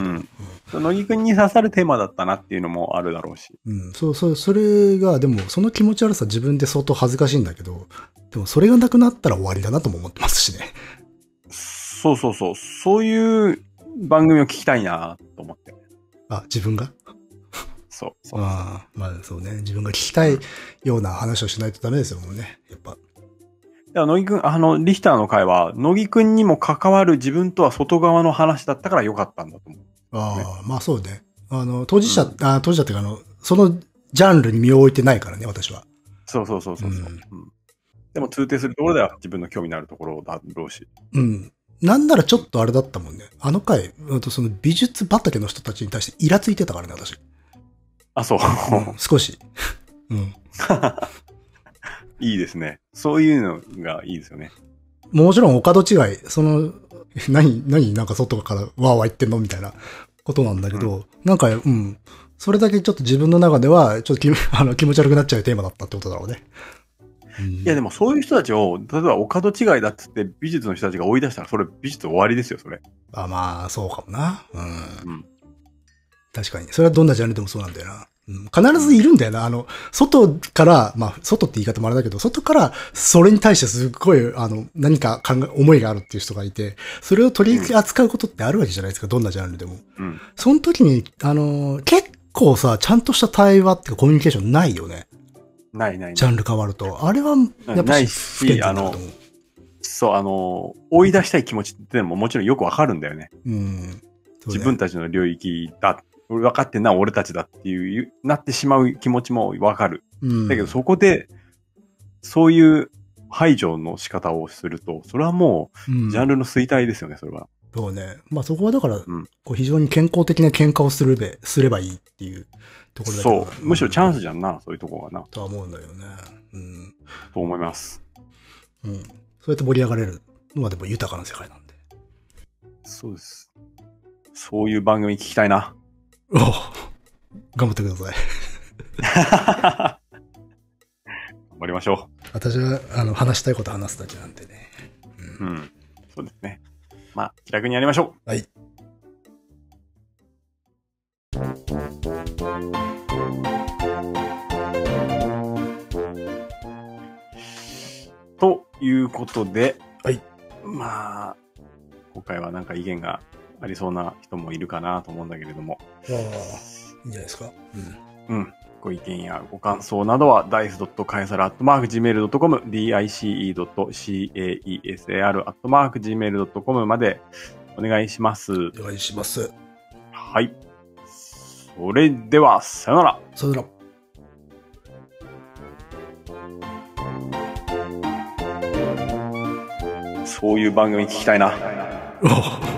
Speaker 2: けど。
Speaker 1: ん。乃木くんに刺さるテーマだったなっていうのもあるだろうし。
Speaker 2: うん、そう、そう、それが、でも、その気持ち悪さ自分で相当恥ずかしいんだけど、でもそれがなくなったら終わりだなとも思ってますしね。
Speaker 1: そうそうそう。そういう番組を聞きたいなと思って。
Speaker 2: あ、自分が
Speaker 1: そうそう。
Speaker 2: ああ、まあそうね。自分が聞きたいような話をしないとダメですよ、もうね。やっぱ。
Speaker 1: だから乃木くん、あの、リヒターの回は、乃木くんにも関わる自分とは外側の話だったから良かったんだと思う。
Speaker 2: ああ、まあそうね。あの、当事者、あ当事者っていうか、あの、そのジャンルに身を置いてないからね、私は。
Speaker 1: そうそうそうそうそう、
Speaker 2: うん
Speaker 1: うんでも通底するところでは自分の興味のあるところだろうし。
Speaker 2: うん。なんならちょっとあれだったもんね。あの回、うんとその美術畑の人たちに対してイラついてたからね、私。
Speaker 1: あ、そう。
Speaker 2: うん、少し。 うん。
Speaker 1: いいですね。そういうのがいいですよね。
Speaker 2: もちろん、お門違い、その、 何、何、なんか外からわーわー言ってんのみたいなことなんだけど、なんか、うん。それだけちょっと自分の中では、ちょっと気 あの気持ち悪くなっちゃうテーマだったってことだろうね。
Speaker 1: いや、で
Speaker 2: も。
Speaker 1: もそういう人たちを、例えばお門違いだっつって美術の人たちが追い出したら、それ美術終わりですよ、それ。
Speaker 2: あまあ、そうかもな。うん。
Speaker 1: うん。
Speaker 2: 確かに。それはどんなジャンルでもそうなんだよな。うん、必ずいるんだよな。あの、外から、まあ、外って言い方もあれだけど、外から、それに対してすっごい、あの、何か考え、思いがあるっていう人がいて、それを取り扱うことってあるわけじゃないですか、どんなジャンルでも。
Speaker 1: うん。
Speaker 2: その時に、あのー結構さ、ちゃんとした対話っていうかコミュニケーションないよね。
Speaker 1: ないない
Speaker 2: ジ
Speaker 1: な
Speaker 2: ャ
Speaker 1: い。
Speaker 2: ンル変わると。あれは、やっぱ
Speaker 1: ない
Speaker 2: り
Speaker 1: し
Speaker 2: 不健全だなと思う。
Speaker 1: そう、あの、追い出したい気持ちってのももちろんよくわかるんだよね。
Speaker 2: うん。そうね
Speaker 1: 自分たちの領域だ。俺分かってんな、俺たちだっていう、なってしまう気持ちもわかる。
Speaker 2: うん、
Speaker 1: だけどそこで、そういう排除の仕方をすると、それはも
Speaker 2: うん
Speaker 1: う、ジャンルの衰退ですよね、それは。
Speaker 2: そうね。まあそこはだから、
Speaker 1: ん
Speaker 2: こう非常に健康的な喧嘩をするべ、すればいいっていうところだけど
Speaker 1: そう。むしろチャン
Speaker 2: ス
Speaker 1: スじゃんな、そういうとこがな、
Speaker 2: とは思うんだよね。うん。
Speaker 1: と思います。
Speaker 2: うん。そうやって盛り上がれるのはでも豊かな世界なんで。
Speaker 1: そうです。そういう番組聞きたいな。
Speaker 2: おう頑張ってください。
Speaker 1: 頑張りましょ
Speaker 2: 私は、あの、話したいこと話すだけなんでね。
Speaker 1: う。うん。そうですね。まあ、気楽にやりましょう。
Speaker 2: はい。
Speaker 1: ということで、
Speaker 2: はい。
Speaker 1: まあ、今回はなんか意見がありそうな人もいるかなと思うんだけれども、
Speaker 2: ああ、いいんじゃないですか。うん。
Speaker 1: うん。ご意見やご感想などは dice.caesar.gmail.com dice.caesar.gmail.com までお願いします。
Speaker 2: お願いします。
Speaker 1: はい。それでは、さよなら。
Speaker 2: さよなら。
Speaker 1: そういう番組聞きたいな。
Speaker 2: ああ